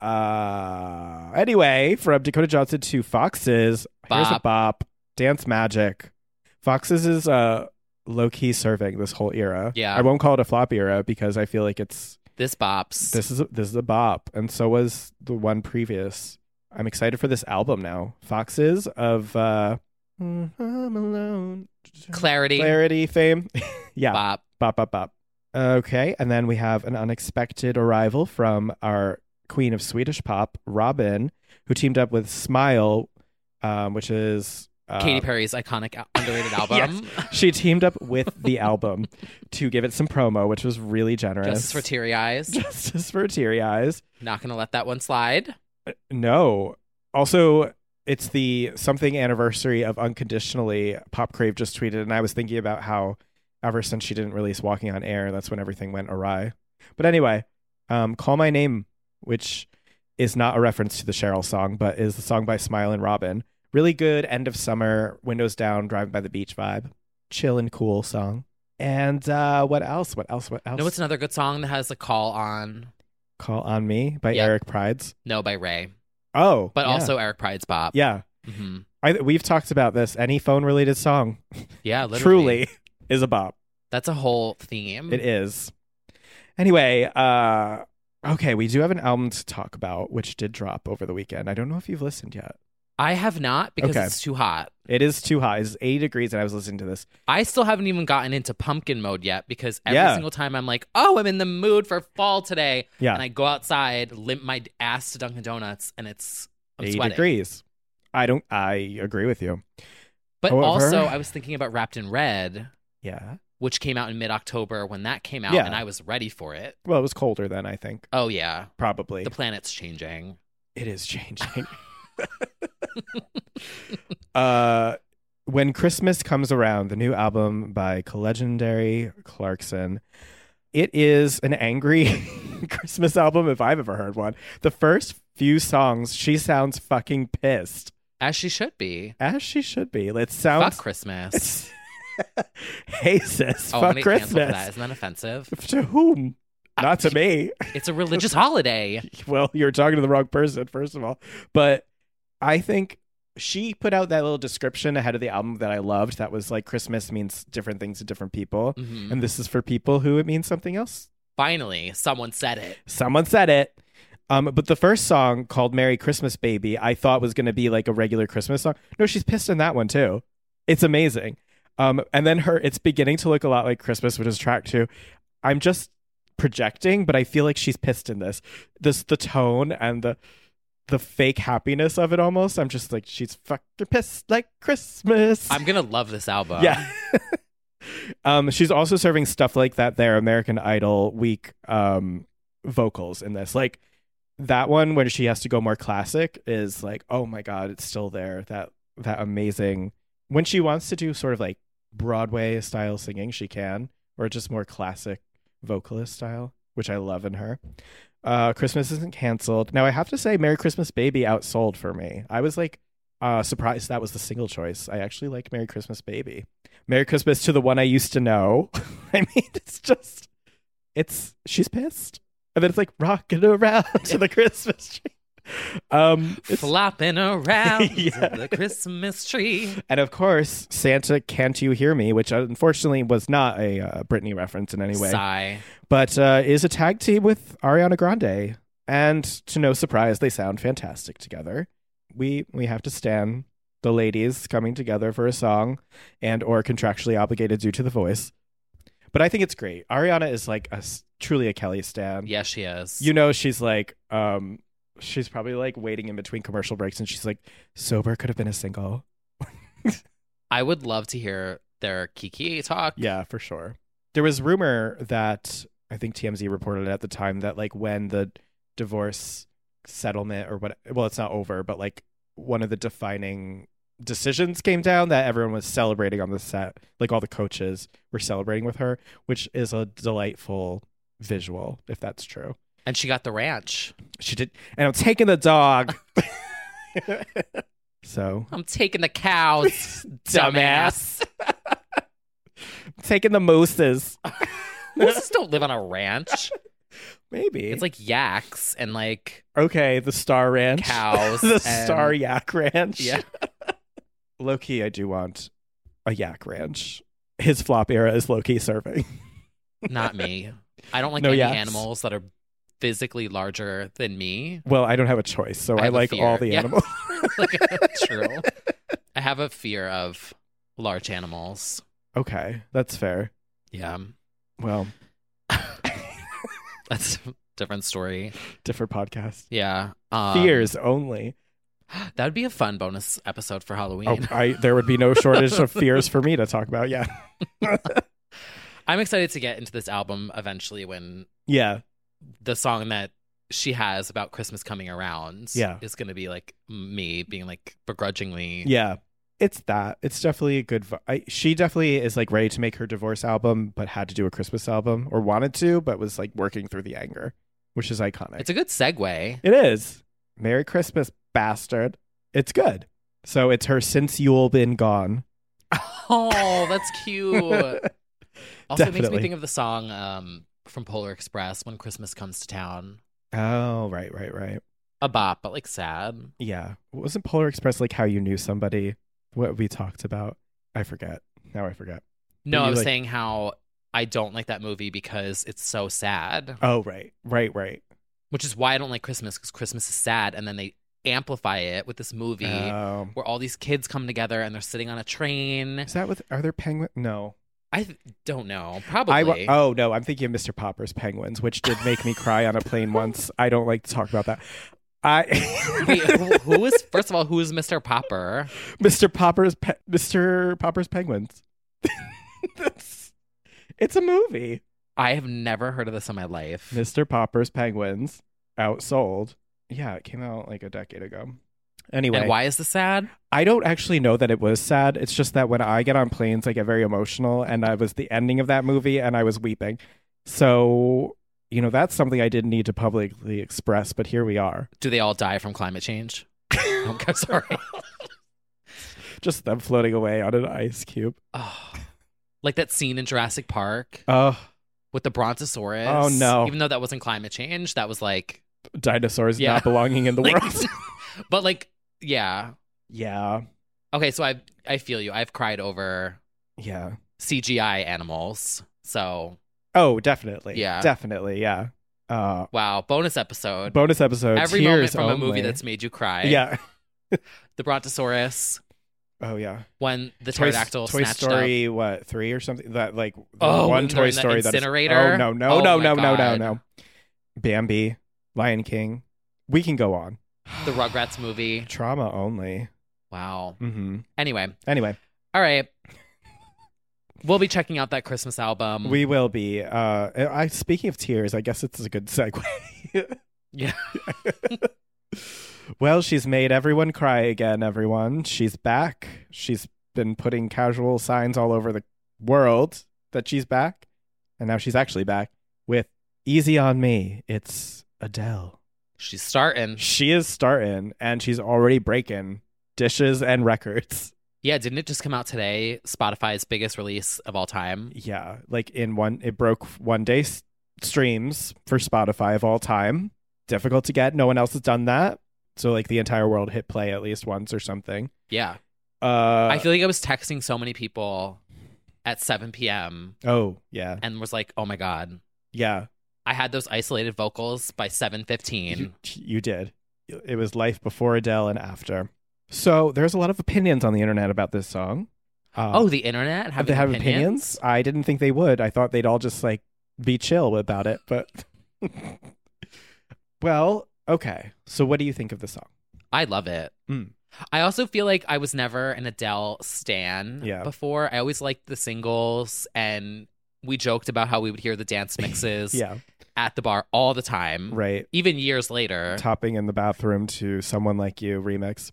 Uh, anyway, from Dakota Johnson to Foxes, here's a Bop. bop. Dance Magic. Foxes is uh, low key serving this whole era. Yeah. I won't call it a flop era because I feel like it's This bops. this is a, this is a bop, and so was the one previous. I'm excited for this album now. Foxes of uh, Mm, I'm alone. clarity. Clarity fame. yeah. Bop. Bop, bop, bop. Okay. And then we have an unexpected arrival from our queen of Swedish pop, Robin, who teamed up with Smile, um, which is. Uh, Katy Perry's iconic al- underrated album. she teamed up with the album to give it some promo, which was really generous. Justice for teary eyes. Justice for Teary Eyes. Not gonna let that one slide. No. Also, it's the something anniversary of Unconditionally. Pop Crave just tweeted, and I was thinking about how ever since she didn't release Walking on Air, that's when everything went awry. But anyway, um, Call My Name, which is not a reference to the Cheryl song, but is the song by Smile and Robin. Really good end of summer, windows down, driving by the beach vibe. Chill and cool song. And uh, what else? What else? What else? No, it's another good song that has a call on Call on Me by Yeah. Eric Prides. No by Ray, Oh. but yeah. also Eric Pride's bop. Yeah. hmm I, we've talked about this. Any phone related song Yeah, literally. Mm. truly is a bop. That's a whole theme. It is. Anyway, uh, okay, we do have an album to talk about, which did drop over the weekend. I don't know if you've listened yet. I have not because Okay. it's too hot. It is too hot. It's 80 degrees, and I was listening to this. I still haven't even gotten into pumpkin mode yet because every Yeah. single time I'm like, oh, I'm in the mood for fall today. Yeah. And I go outside, limp my ass to Dunkin' Donuts, and it's, I'm 80 sweating. degrees. I don't, I agree with you. But However- also, I was thinking about Wrapped in Red, Yeah. which came out in mid October when that came out, Yeah. and I was ready for it. Well, it was colder then, I think. Oh, yeah. Probably. The planet's changing. it is changing. uh, when Christmas comes around, the new album by legendary Clarkson. It is an angry Christmas album if I've ever heard one. The first few songs, she sounds fucking pissed, As she should be. as she should be. It sounds Fuck Christmas. hey sis, oh, I'm fuck gonna get Christmas. canceled for that. Isn't that Uh, offensive? To whom? Not to me. It's a religious holiday. well, you're talking to the wrong person, first of all. But I think she put out that little description ahead of the album that I loved that was like Christmas means different things to different people. Mhm. And this is for people who it means something else. Finally, someone said it. Someone said it. Um, but the first song called Merry Christmas Baby, I thought was going to be like a regular Christmas song. No, she's pissed in that one too. It's amazing. Um, and then her, it's beginning to look a lot like Christmas, which is track two. I'm just projecting, but I feel like she's pissed in this. This the tone and the the fake happiness of it almost. I'm just like she's fucking pissed like Christmas. I'm gonna love this album. yeah. um, she's also serving stuff like that. There, American Idol week um vocals in this like. That one when she has to go more classic is like, oh my god, it's still there. That that amazing when she wants to do sort of like Broadway style singing, she can, or just more classic vocalist style, which I love in her. Uh, Christmas isn't canceled. Now I have to say, Merry Christmas Baby outsold for me. I was like uh, surprised that was the single choice. I actually like Merry Christmas Baby. Merry Christmas to the one I used to know. I mean, it's just, it's she's pissed, and then it's like rocking around to the Christmas tree. Um, it's- Flopping around Yeah. the Christmas tree. and of course, Santa, can't you hear me? Which unfortunately was not a uh, Britney reference in any way, Sigh. but uh, is a tag team with Ariana Grande, and to no surprise, they sound fantastic together. We we have to stand the ladies coming together for a song, and or contractually obligated due to the voice. But I think it's great. Ariana is like a s- truly a Kelly stan. Yeah, she is. You know, she's like, um, she's probably like waiting in between commercial breaks, and she's like, "Sober could have been a single." I would love to hear their Kiki talk. Yeah, for sure. There was rumor that I think TMZ reported at the time that like when the divorce settlement or what well it's not over, but like one of the defining decisions came down that everyone was celebrating on the set, like all the coaches were celebrating with her, which is a delightful visual if that's true. And she got the ranch. She did and I'm taking the dog. so, I'm taking the cows, dumbass. taking the mooses. Uh, Horses don't live on a ranch. Maybe. It's like yaks and like okay, the Star Ranch. cows. the and- Star Yak Ranch. Yeah. Low key, I do want a Yak Ranch. His flop era is low key serving. Not me. I don't like No any yaks. animals that are physically larger than me. Well, I don't have a choice, so I I, have a like fear. all the Yeah. animals. Like, true. I have a fear of large animals. okay, that's fair. Yeah. Well, That's a different story. different podcast. Yeah. Um, Fears only. That would be a fun bonus episode for Halloween. Oh, I, there would be no shortage of fears for me to talk about. Yeah. I'm excited to get into this album eventually when Yeah. the song that she has about Christmas coming around Yeah. is going to be like me being like begrudgingly. Yeah. It's that. It's definitely a good. Vi- I, she definitely is like ready to make her divorce album, but had to do a Christmas album or wanted to, but was like working through the anger, which is iconic. It's a good segue. It is. Merry Christmas, bastard. It's good. So it's her since you'll been gone. Oh, that's cute. also, it makes me Definitely. think of the song um, from Polar Express, When Christmas Comes to Town. Oh, right, right, right. A bop, but like sad. Yeah. Wasn't Polar Express like how you knew somebody? What we talked about? I forget. Now I forget. No, you, I was like- saying how I don't like that movie because it's so sad, Oh, right, right, right. which is why I don't like Christmas because Christmas is sad. And then they amplify it with this movie Um, where all these kids come together and they're sitting on a train. is that with? Are there penguins? No. I th- don't know. I wa- Probably. oh no, I'm thinking of Mr. Popper's Penguins, which did make me cry on a plane once. I don't like to talk about that. Wait, I who- who is, first of all, who is Mr. Popper? Mr. Popper's pe- Mr. Popper's Penguins. That's It's a movie. I have never heard of this in my life. Mr. Popper's Penguins outsold. Yeah, it came out like a decade ago. Anyway, And why is this sad? I don't actually know that it was sad. It's just that when I get on planes, I get very emotional, and I was the ending of that movie, and I was weeping. So you know that's something I didn't need to publicly express, but here we are. Do they all die from climate change? I'm sorry. Just them floating away on an ice cube. Oh, like that scene in Jurassic Park Oh, with the brontosaurus. Oh, no. Even though that wasn't climate change, that was like, dinosaurs Yeah. not belonging in the like- world. but like, yeah. yeah, Okay, so I I feel you. I've cried over yeah. CGI animals. So Oh, definitely. Yeah. definitely. Yeah. Uh, wow, bonus episode. bonus episode. Every moment tears from a movie only. that's made you cry. yeah. the brontosaurus Oh yeah. when the Toy, pterodactyl Toy snatched up. Story what three or something that like the Oh, one when they're Toy in the Story that is- incinerator? oh no no Oh, no my no no no God. no Bambi Lion King we can go on the Rugrats movie. trauma only Wow. hmm Anyway, anyway all right. We'll be checking out that Christmas album. we will be uh I speaking of tears I guess it's a good segue yeah. well she's made everyone cry again everyone she's back she's been putting casual signs all over the world that she's back and now she's actually back with Easy on Me it's Adele. She's starting. She is starting and she's already breaking dishes and records. Yeah, didn't it just come out today? Spotify's biggest release of all time. Yeah, like in one, it broke one day s- streams for Spotify of all time. Difficult to get. No one else has done that. So, like, the entire world hit play at least once or something. Yeah. Uh, I feel like I was texting so many people at 7 p.m. oh, yeah. and was like, oh my God. Yeah. I had those isolated vocals by 7.15. You, you did. It was life before Adele and after. So, there's a lot of opinions on the internet about this song. Uh, oh, the internet? Having they have opinions? I didn't think they would. I thought they'd all just like be chill about it, but well, okay. So what do you think of the song? I love it. Mm. I also feel like I was never an Adele stan Yeah. before. I always liked the singles and we joked about how we would hear the dance mixes Yeah, at the bar all the time. right. Even years later. Topping in the bathroom to someone like you remix.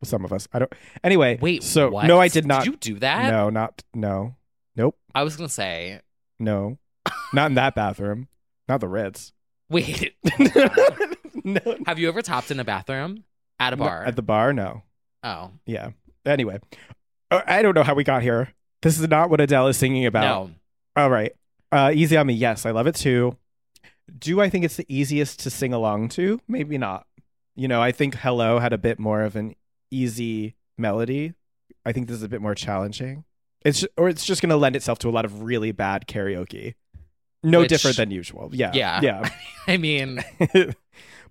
Well, some of us. I don't. Anyway, Wait, So what? no, I did not. Did you do that? No, not no, I was gonna say, no, not in that bathroom. Not the Ritz. wait, no, have you ever topped in a bathroom at a no, bar? at the bar. No. oh, Yeah. Anyway, Uh, I don't know how we got here. This is not what Adele is singing about. no. All right. Uh, Easy on Me. Yes, I love it too. Do I think it's the easiest to sing along to? Maybe not. You know, I think Hello had a bit more of an easy melody. I think this is a bit more challenging. It's ju- or it's just going to lend itself to a lot of really bad karaoke. No Which- different than usual. Yeah. Yeah. Yeah. I mean,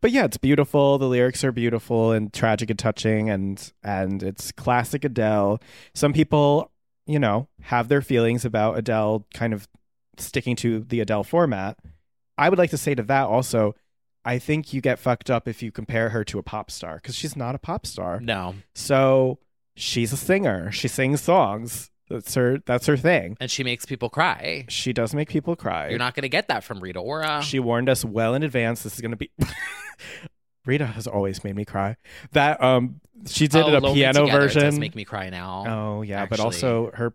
but yeah, it's beautiful. The lyrics are beautiful and tragic and touching, and and it's classic Adele. Some people, you know, have their feelings about Adele kind of sticking to the Adele format. I would like to say to that also, I think you get fucked up if you compare her to a pop star because she's not a pop star. no. So she's a singer. She sings songs. That's her. That's her thing. And she makes people cry. She does make people cry. You're not gonna get that from Rita Ora. She warned us well in advance. This is going to be. Rita has always made me cry. That um, she did Oh, it a Lonely piano Together version. Does make me cry now. oh yeah, but actually. also her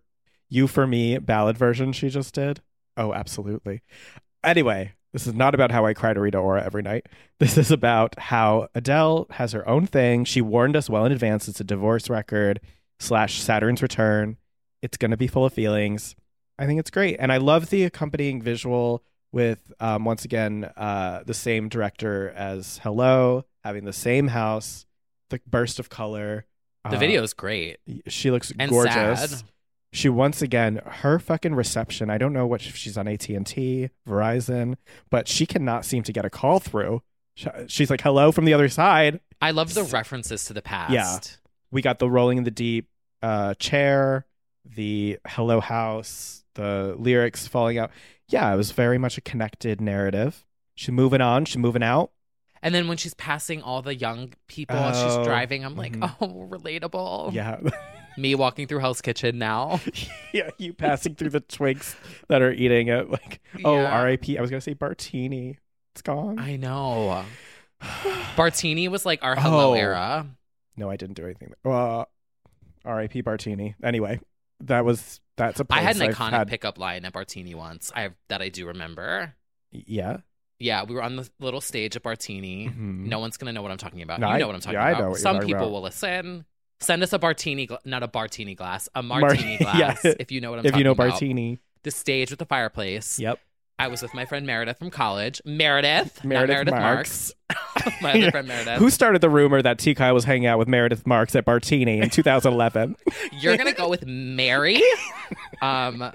"You for Me" ballad version she just did. Oh, absolutely. Anyway, this is not about how I cry to Rita Ora every night. This is about how Adele has her own thing. She warned us well in advance. It's a divorce record slash Saturn's return. It's going to be full of feelings. I think it's great, and I love the accompanying visual with um, once again uh, the same director as Hello, having the same house, the burst of color. The Uh, video is great She looks and gorgeous. sad. She once again her fucking reception. I don't know what if she's on AT and T, Verizon, but she cannot seem to get a call through. Sh- She's like, "Hello" from the other side. I love the references to the past. Yeah. We got the rolling in the deep uh, chair, the "Hello House," the lyrics falling out. Yeah, it was very much a connected narrative. She's moving on. She's moving out. And then when she's passing all the young people as Oh, she's driving, I'm like, mhm. oh, relatable. Yeah. Me walking through Hell's Kitchen now. yeah, you passing through the twigs that are eating it. Like, oh, Yeah. R.I.P. I was gonna say Bartini. It's gone. I know. Bartini was like our hello Oh. era. No, I didn't do anything. Uh, R.I.P. Bartini. Anyway, that was that's a place I had an I've iconic had- pickup line at Bartini once. I that I do remember. Yeah. Yeah, we were on the little stage at Bartini. Mhm. No one's gonna know what I'm talking about. No, you I- know what I'm talking yeah, I about. know what you're Some talking people about. will listen. Send us a Bartini, gla- not a Bartini glass, a Mar- Martini glass. Yeah. If you know what I'm If talking you know about. Bartini, The stage with the fireplace. yep. I was with my friend Meredith from college. Meredith, not Meredith Meredith Marks. Marks. my other Yeah. friend Meredith. Who started the rumor that T. Kyle was hanging out with Meredith Marks at Bartini in 2011? You're gonna go with Mary. Um.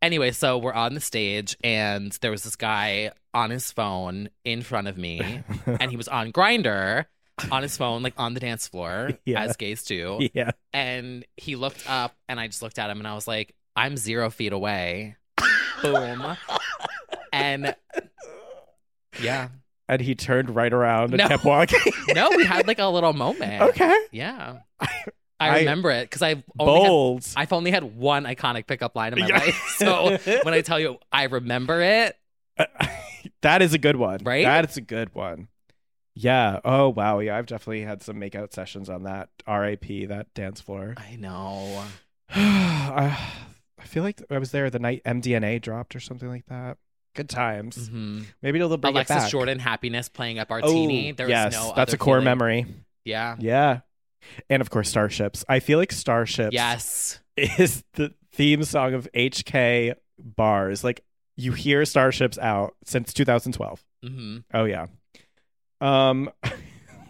Anyway, so we're on the stage, and there was this guy on his phone in front of me, and he was on Grinder on his phone, like on the dance floor, Yeah. as gays do. yeah. And he looked up, and I just looked at him, and I was like, "I'm zero feet away." Boom. And yeah, And he turned right around and No. kept walking. no, we had like a little moment. okay. Yeah. I- I remember it because I've only had Bold. I've only had one iconic pickup line in my Yeah. life. So when I tell you I remember it, that is a good one. Right? That's a good one. Yeah. Oh wow. Yeah, I've definitely had some makeout sessions on that RIP that dance floor. I know. I I feel like I was there the night MDNA dropped or something like that. Good times. hmm Maybe it'll bring it Alexis back. Jordan happiness playing at Oh, Bartini. There's yes, no that's other a core feeling. memory. Yeah. Yeah. And of course, Starships. I feel like Starships Yes. is the theme song of HK bars. Like you hear Starships out since 2012. hmm Oh yeah. Um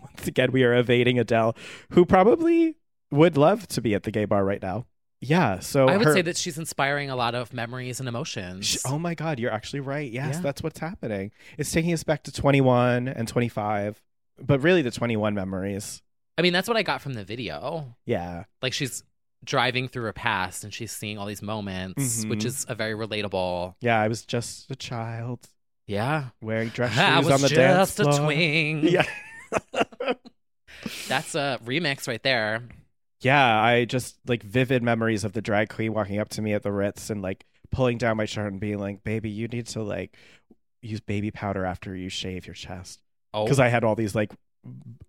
once again we are evading Adele, who probably would love to be at the gay bar right now. Yeah, so I would Oh, her- say that she's inspiring a lot of memories and emotions. Sh- Oh my god, you're actually right. Yes, Yeah. that's what's happening. It's taking us back to 21 and 25, but really the 21 memories. I mean, that's what I got from the video. Yeah. Like she's driving through her past and she's seeing all these moments, Mhm. which is a very relatable. Yeah, I was just a child Yeah. wearing dress shoes I was on the dance just a floor. twing. Yeah. That's a remix right there. Yeah, I just like vivid memories of the drag queen walking up to me at the Ritz and like pulling down my shirt and being like, "Baby, you need to like use baby powder after you shave your chest." Oh, Because I had all these like b-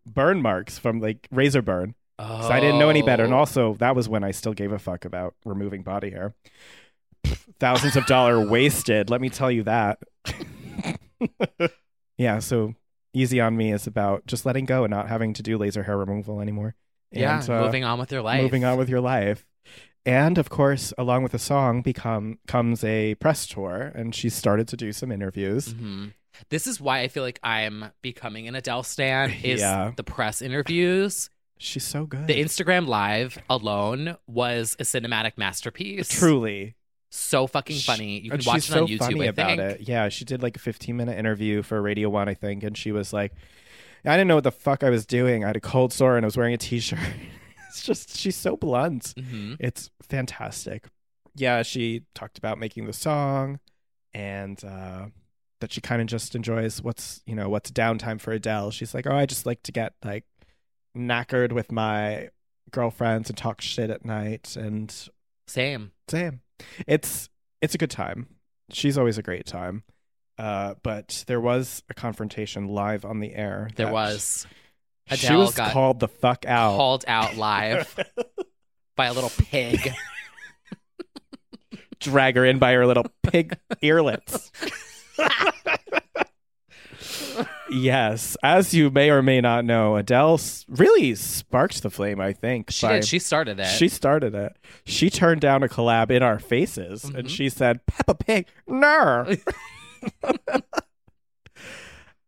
burn marks from like razor burn. oh. So I didn't know any better. And also, that was when I still gave a fuck about removing body hair. Thousands of dollar wasted. Let me tell you that. yeah. So easy on me is about just letting go and not having to do laser hair removal anymore. Yeah, And, uh, moving on with your life. moving on with your life. And of course, along with the song, become comes a press tour, and she started to do some interviews. Mhm. This is why I feel like I'm becoming an Adele stan. Is Yeah. the press interviews, She's so good. the Instagram live alone was a cinematic masterpiece. Truly, so fucking Sh- funny. You can and watch she's it on so YouTube. Funny I about think. it. Yeah, she did like a 15 minute interview for Radio One, I think, and she was like, "I didn't know what the fuck I was doing. I had a cold sore and I was wearing a t-shirt." it's just she's so blunt. Mhm. It's fantastic. Yeah, she talked about making the song and uh, that she kind of just enjoys what's, you know, what's downtime for Adele. She's like, oh, I just like to get like knackered with my girlfriends and talk shit at night. And Same. damn, it's, it's a good time. She's always a great time. Uh, but there was a confrontation live on the air. There that was She Adele was got called the fuck out. called out live by a little pig. drag her in by her little pig earlets. yes, as you may or may not know, Adele s- really sparked the flame. I think She by- did. She started it. she started it. She turned down a collab in our faces, and Mhm. she said, "Peppa Pig, no."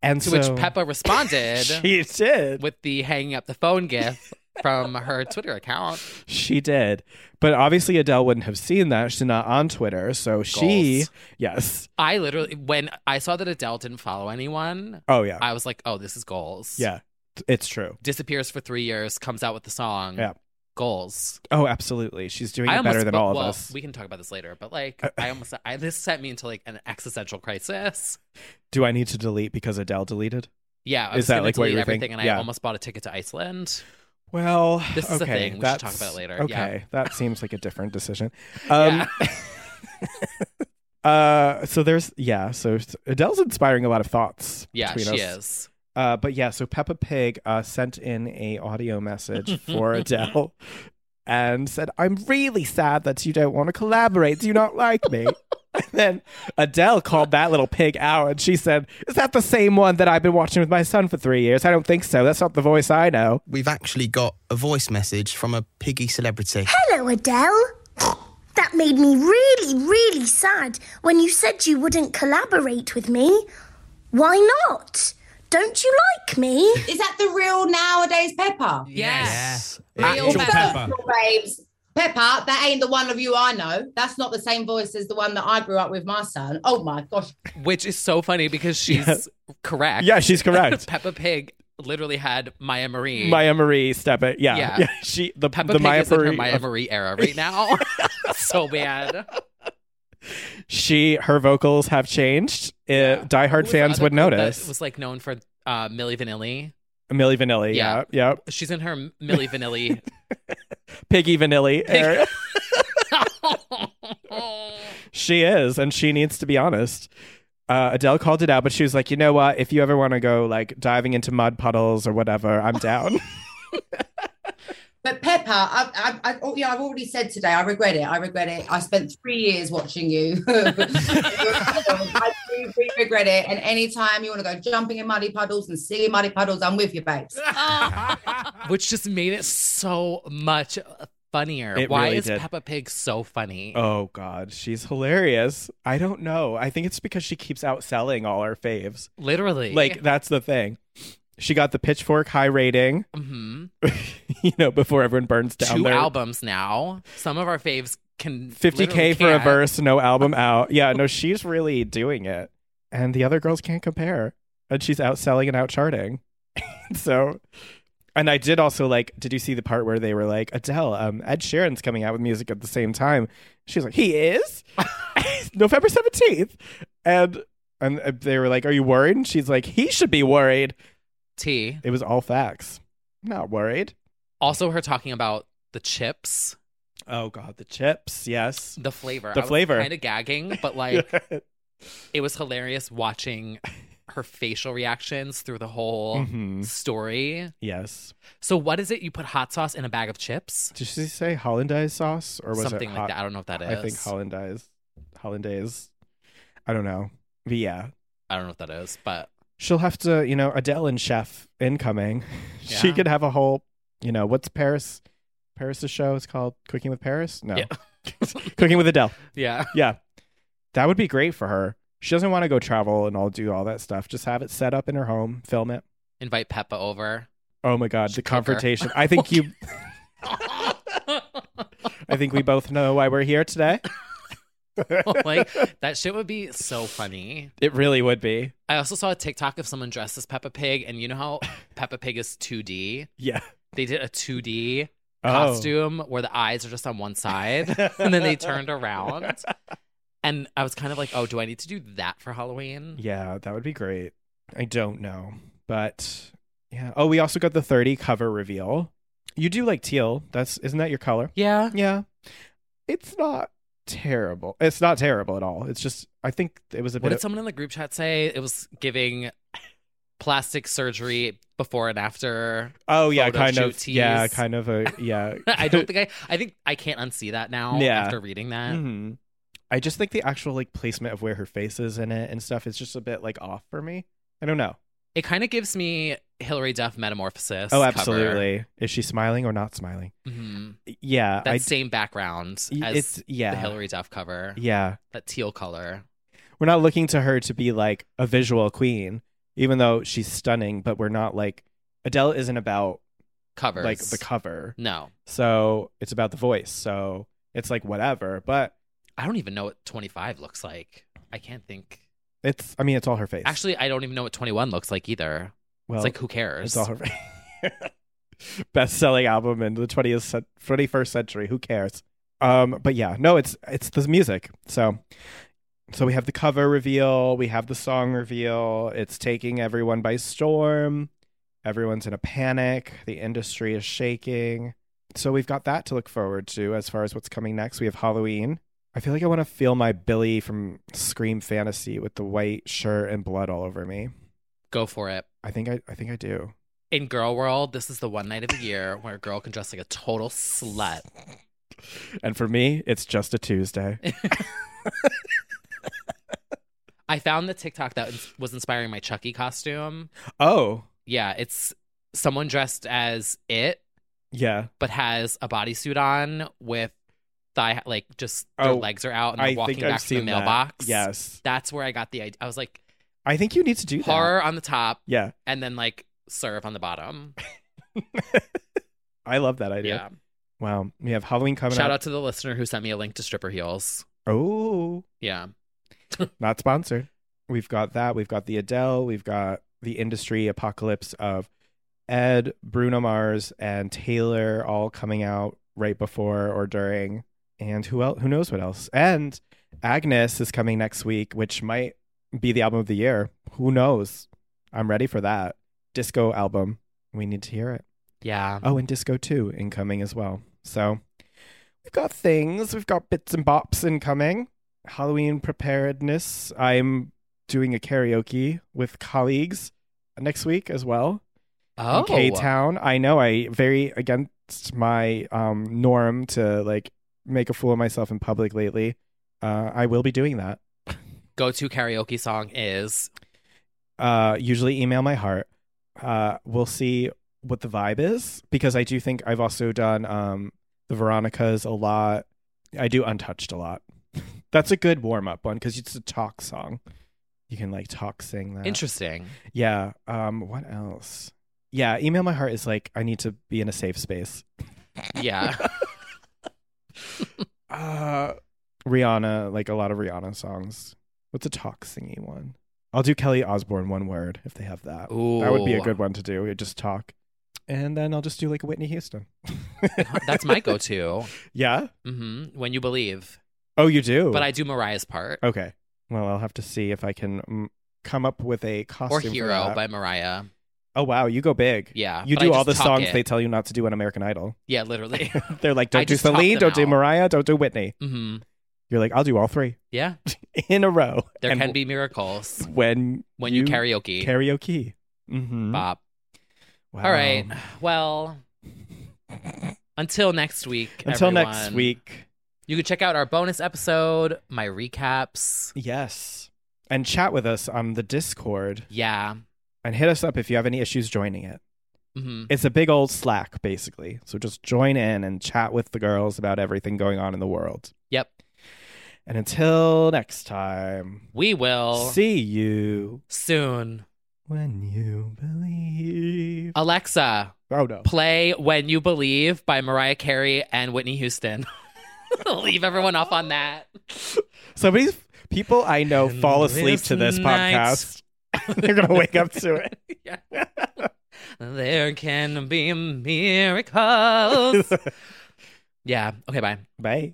and to so which Peppa responded she did. with the hanging up the phone gif from her Twitter account. She did. But obviously Adele wouldn't have seen that. She's not on Twitter. So she Goals. Yes. I literally, when I saw that Adele didn't follow anyone, Oh yeah. I was like, oh, this is goals. Yeah. T- It's true. Disappears for three years, comes out with the song. Yeah. Goals. Goals. Oh, absolutely. She's doing Mm. I it better than but- all of well, us. We can talk about this later, but like, I almost, I, this sent me into like an existential crisis. Do I need to delete because Adele deleted? Yeah, I Is was that, gonna like, what delete you were everything, thinking? and I Yeah. almost bought a ticket to Iceland. Well, This is okay, a thing. We should talk that's- about it later. Yeah. Okay, that seems like a different decision. Um, uh, so there's yeah. So Adele's inspiring a lot of thoughts. Yeah, between she us. is. Uh, but yeah, so Peppa Pig uh, sent in a audio message for Adele and said, "I'm really sad that you don't want to collaborate. Do you not like me?" and then Adele called that little pig out, and she said, "Is that the same one that I've been watching with my son for three years? I don't think so. That's not the voice I know." We've actually got a voice message from a piggy celebrity. Hello, Adele. That made me really, really sad when you said you wouldn't collaborate with me. Why not? Don't you like me? Is that the real nowadays Pepper? Yes. Real Actual Peppa. Babes. Peppa, that ain't the one of you I know. That's not the same voice as the one that I grew up with my son. Oh my gosh. Which is so funny because she's correct. Yeah, she's correct. Peppa Pig literally had Maya Marie. Maya Marie Steppe. Yeah, Yeah. She the Peppa the Pig Maya is in her Marie. Maya Marie era right now. so bad. uh, She her vocals have changed. Uh, diehard fans would That notice. was like known for uh, Millie Vanilli. Millie Vanilli. Yeah. yeah. She's in her M- Millie Vanilli. Piggy Vanilli. er, Pig- era. she is, and she needs to be honest. Uh, Adele called it out, but she was like, you know what? If you ever want to go like diving into mud puddles or whatever, I'm down. But Peppa, I've, I've, I've, oh, yeah, I've already said today, I regret it. I regret it. I spent three years watching you. I do really regret it. And anytime you want to go jumping in muddy puddles and singing muddy puddles, I'm with you, babes. which just made it so much funnier. It Why really is did. Peppa Pig so funny? oh God, she's hilarious. I don't know. I think it's because she keeps outselling all our faves. Literally. Like that's the thing. She got the pitchfork high rating, hmm you know, before everyone burns down two their albums now. Some of our faves can 50k literally for a can't. verse, no album out. Yeah, no, she's really doing it. And the other girls can't compare. And she's outselling and outcharting. so and I did also like, did you see the part where they were like, Adele, um, Ed Sheeran's coming out with music at the same time? She was like, He is? November 17th. And and uh, they were like, Are you worried? And she's like, He should be worried. T. It was all facts. Not worried. Also, her talking about the chips, Oh god, the chips, yes. the flavor, The flavor. kind of gagging, but like it was hilarious watching her facial reactions through the whole Mhm. story. Yes. So, what is it? You put hot sauce in a bag of chips, Did she say hollandaise sauce or was something it like hot- that. I don't know if that is. I think hollandaise, hollandaise. I don't know, but yeah, I don't know if that is, but she'll have to, you know, Adele and Chef incoming. She Yeah. could have a whole, you know, what's Paris? Paris's show is called Cooking with Paris. No, Cooking with Adele. yeah, Yeah, that would be great for her. She doesn't want to go travel and all do all that stuff. Just have it set up in her home, film it. invite Peppa over. Oh my god, the confrontation! I think you. Oh I think we both know why we're here today. like that shit would be so funny. It really would be. I also saw a TikTok of someone dressed as Peppa Pig, and you know how Peppa Pig is 2D? Yeah. They did a 2D Oh. costume where the eyes are just on one side, and then they turned around. And I was kind of like, oh, do I need to do that for Halloween? Yeah, that would be great. I don't know, but yeah. Oh, we also got the 30 cover reveal. You do like teal. That's isn't that your color? Yeah. Yeah. It's not terrible. It's not terrible at all. It's just I think it was a What bit did of, someone in the group chat say? It was giving plastic surgery before and after. Oh yeah, photo kind shoot of tease. yeah, kind of a yeah. I don't think I, I think I can't unsee that now Yeah. after reading that. Mhm. I just think the actual like placement of where her face is in it and stuff is just a bit like off for me. I don't know. It kind of gives me Hillary Duff metamorphosis. oh, cover. absolutely. Is she smiling or not smiling? Mhm. Yeah, That I same background Y- as it's- yeah. the Hillary Duff cover. yeah. That teal color. we're not looking to her to be like a visual queen, even though she's stunning, but we're not like Adele isn't about Covers. like the cover. No. So it's about the voice. So it's like whatever, but I don't even know what 25 looks like. I can't think. it's I mean it's all her face. Actually, I don't even know what 21 looks like either. well, it's like, who cares? it's all her face. Best selling album in the 20th cent- 21st century, who cares? Um but yeah, no, it's it's the music. So So we have the cover reveal, we have the song reveal. It's taking everyone by storm. Everyone's in a panic. The industry is shaking. So we've got that to look forward to as far as what's coming next. We have Halloween. I feel like I want to feel my Billy from Scream Fantasy with the white shirt and blood all over me. Go for it. I think I, I think I do. In girl world, this is the one night of the year where a girl can dress like a total slut. And for me, it's just a Tuesday. I found the TikTok that ins- was inspiring my Chucky costume. oh, Yeah, it's someone dressed as it, yeah. but has a bodysuit on with thigh, like just their Oh, legs are out and I they're walking think I've back to the seen that. mailbox. Yes. That's where I got the idea. I was like, I think you need to do that. horror on the top Yeah. and then like serve on the bottom. I love that idea. Yeah. Wow. We have Halloween coming Shout up. out to the listener who sent me a link to stripper heels. Oh, Yeah. not sponsored. We've got that. We've got the Adele. We've got the industry apocalypse of Ed, Bruno Mars, and Taylor all coming out right before or during. And who else? Who knows what else? And Agnes is coming next week, which might be the album of the year. Who knows? I'm ready for that disco album. We need to hear it. Yeah. Oh, and Disco 2 incoming as well. So we've got things, we've got bits and bops incoming. Halloween preparedness. I'm doing a karaoke with colleagues next week as well. Oh. K Town. I know I very against my um norm to like make a fool of myself in public lately. Uh, I will be doing that. Go to karaoke song is uh, usually email my heart. Uh, we'll see what the vibe is because I do think I've also done um, the Veronicas a lot. I do Untouched a lot. That's a good warm up one because it's a talk song. You can like talk sing that. interesting. Yeah. Um, what else? Yeah, email my heart is like I need to be in a safe space. Yeah. Uh, Rihanna, like a lot of Rihanna songs. What's a talk singy one? I'll do Kelly Osbourne one word if they have that. That would be a Ooh. good one to do. Just talk. And then I'll just do like a Whitney Houston. That's my go to. Yeah. hmm When you believe. Oh, you do? But I do Mariah's part. Okay. Well, I'll have to see if I can mm, come up with a costume. Or for Hero that. by Mariah. Oh, wow. You go big. Yeah, You but I do all just the talk songs it. they tell you not to do on American Idol. Yeah, literally. They're like, I don't do just talk Celine, them don't do out. Mariah, don't do Whitney. hmm You're like, I'll do all three Yeah. in a row. There And Mm-hmm. can be miracles when when you, karaoke. karaoke. Mm-hmm. Bop. Wow. All right. Well, until next week. Until next everyone, week. You can check out our bonus episode, my recaps. Yes. And chat with us on the Discord Yeah. and hit us up if you have any issues joining it. hmm It's a big old Slack, basically. So just join in and chat with the girls about everything going on in the world. Yep. And until next time, We will see you soon. when you believe. Alexa, Oh, no. play When You Believe by Mariah Carey and Whitney Houston. Leave everyone off on that. Somebody's people I know fall And asleep to this night- podcast. They're going to wake up to it. Yeah. there can be miracles. yeah. Okay, bye. Bye.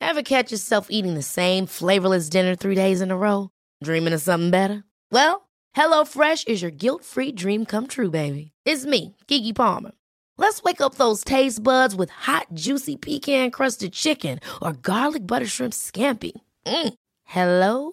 Ever catch yourself eating the same flavorless dinner three days in a row? Dreaming of something better? Well, HelloFresh is your guilt free dream come true, baby. It's me, Gigi Palmer. Let's wake up those taste buds with hot, juicy pecan crusted chicken or garlic butter shrimp scampi. Mm. Hello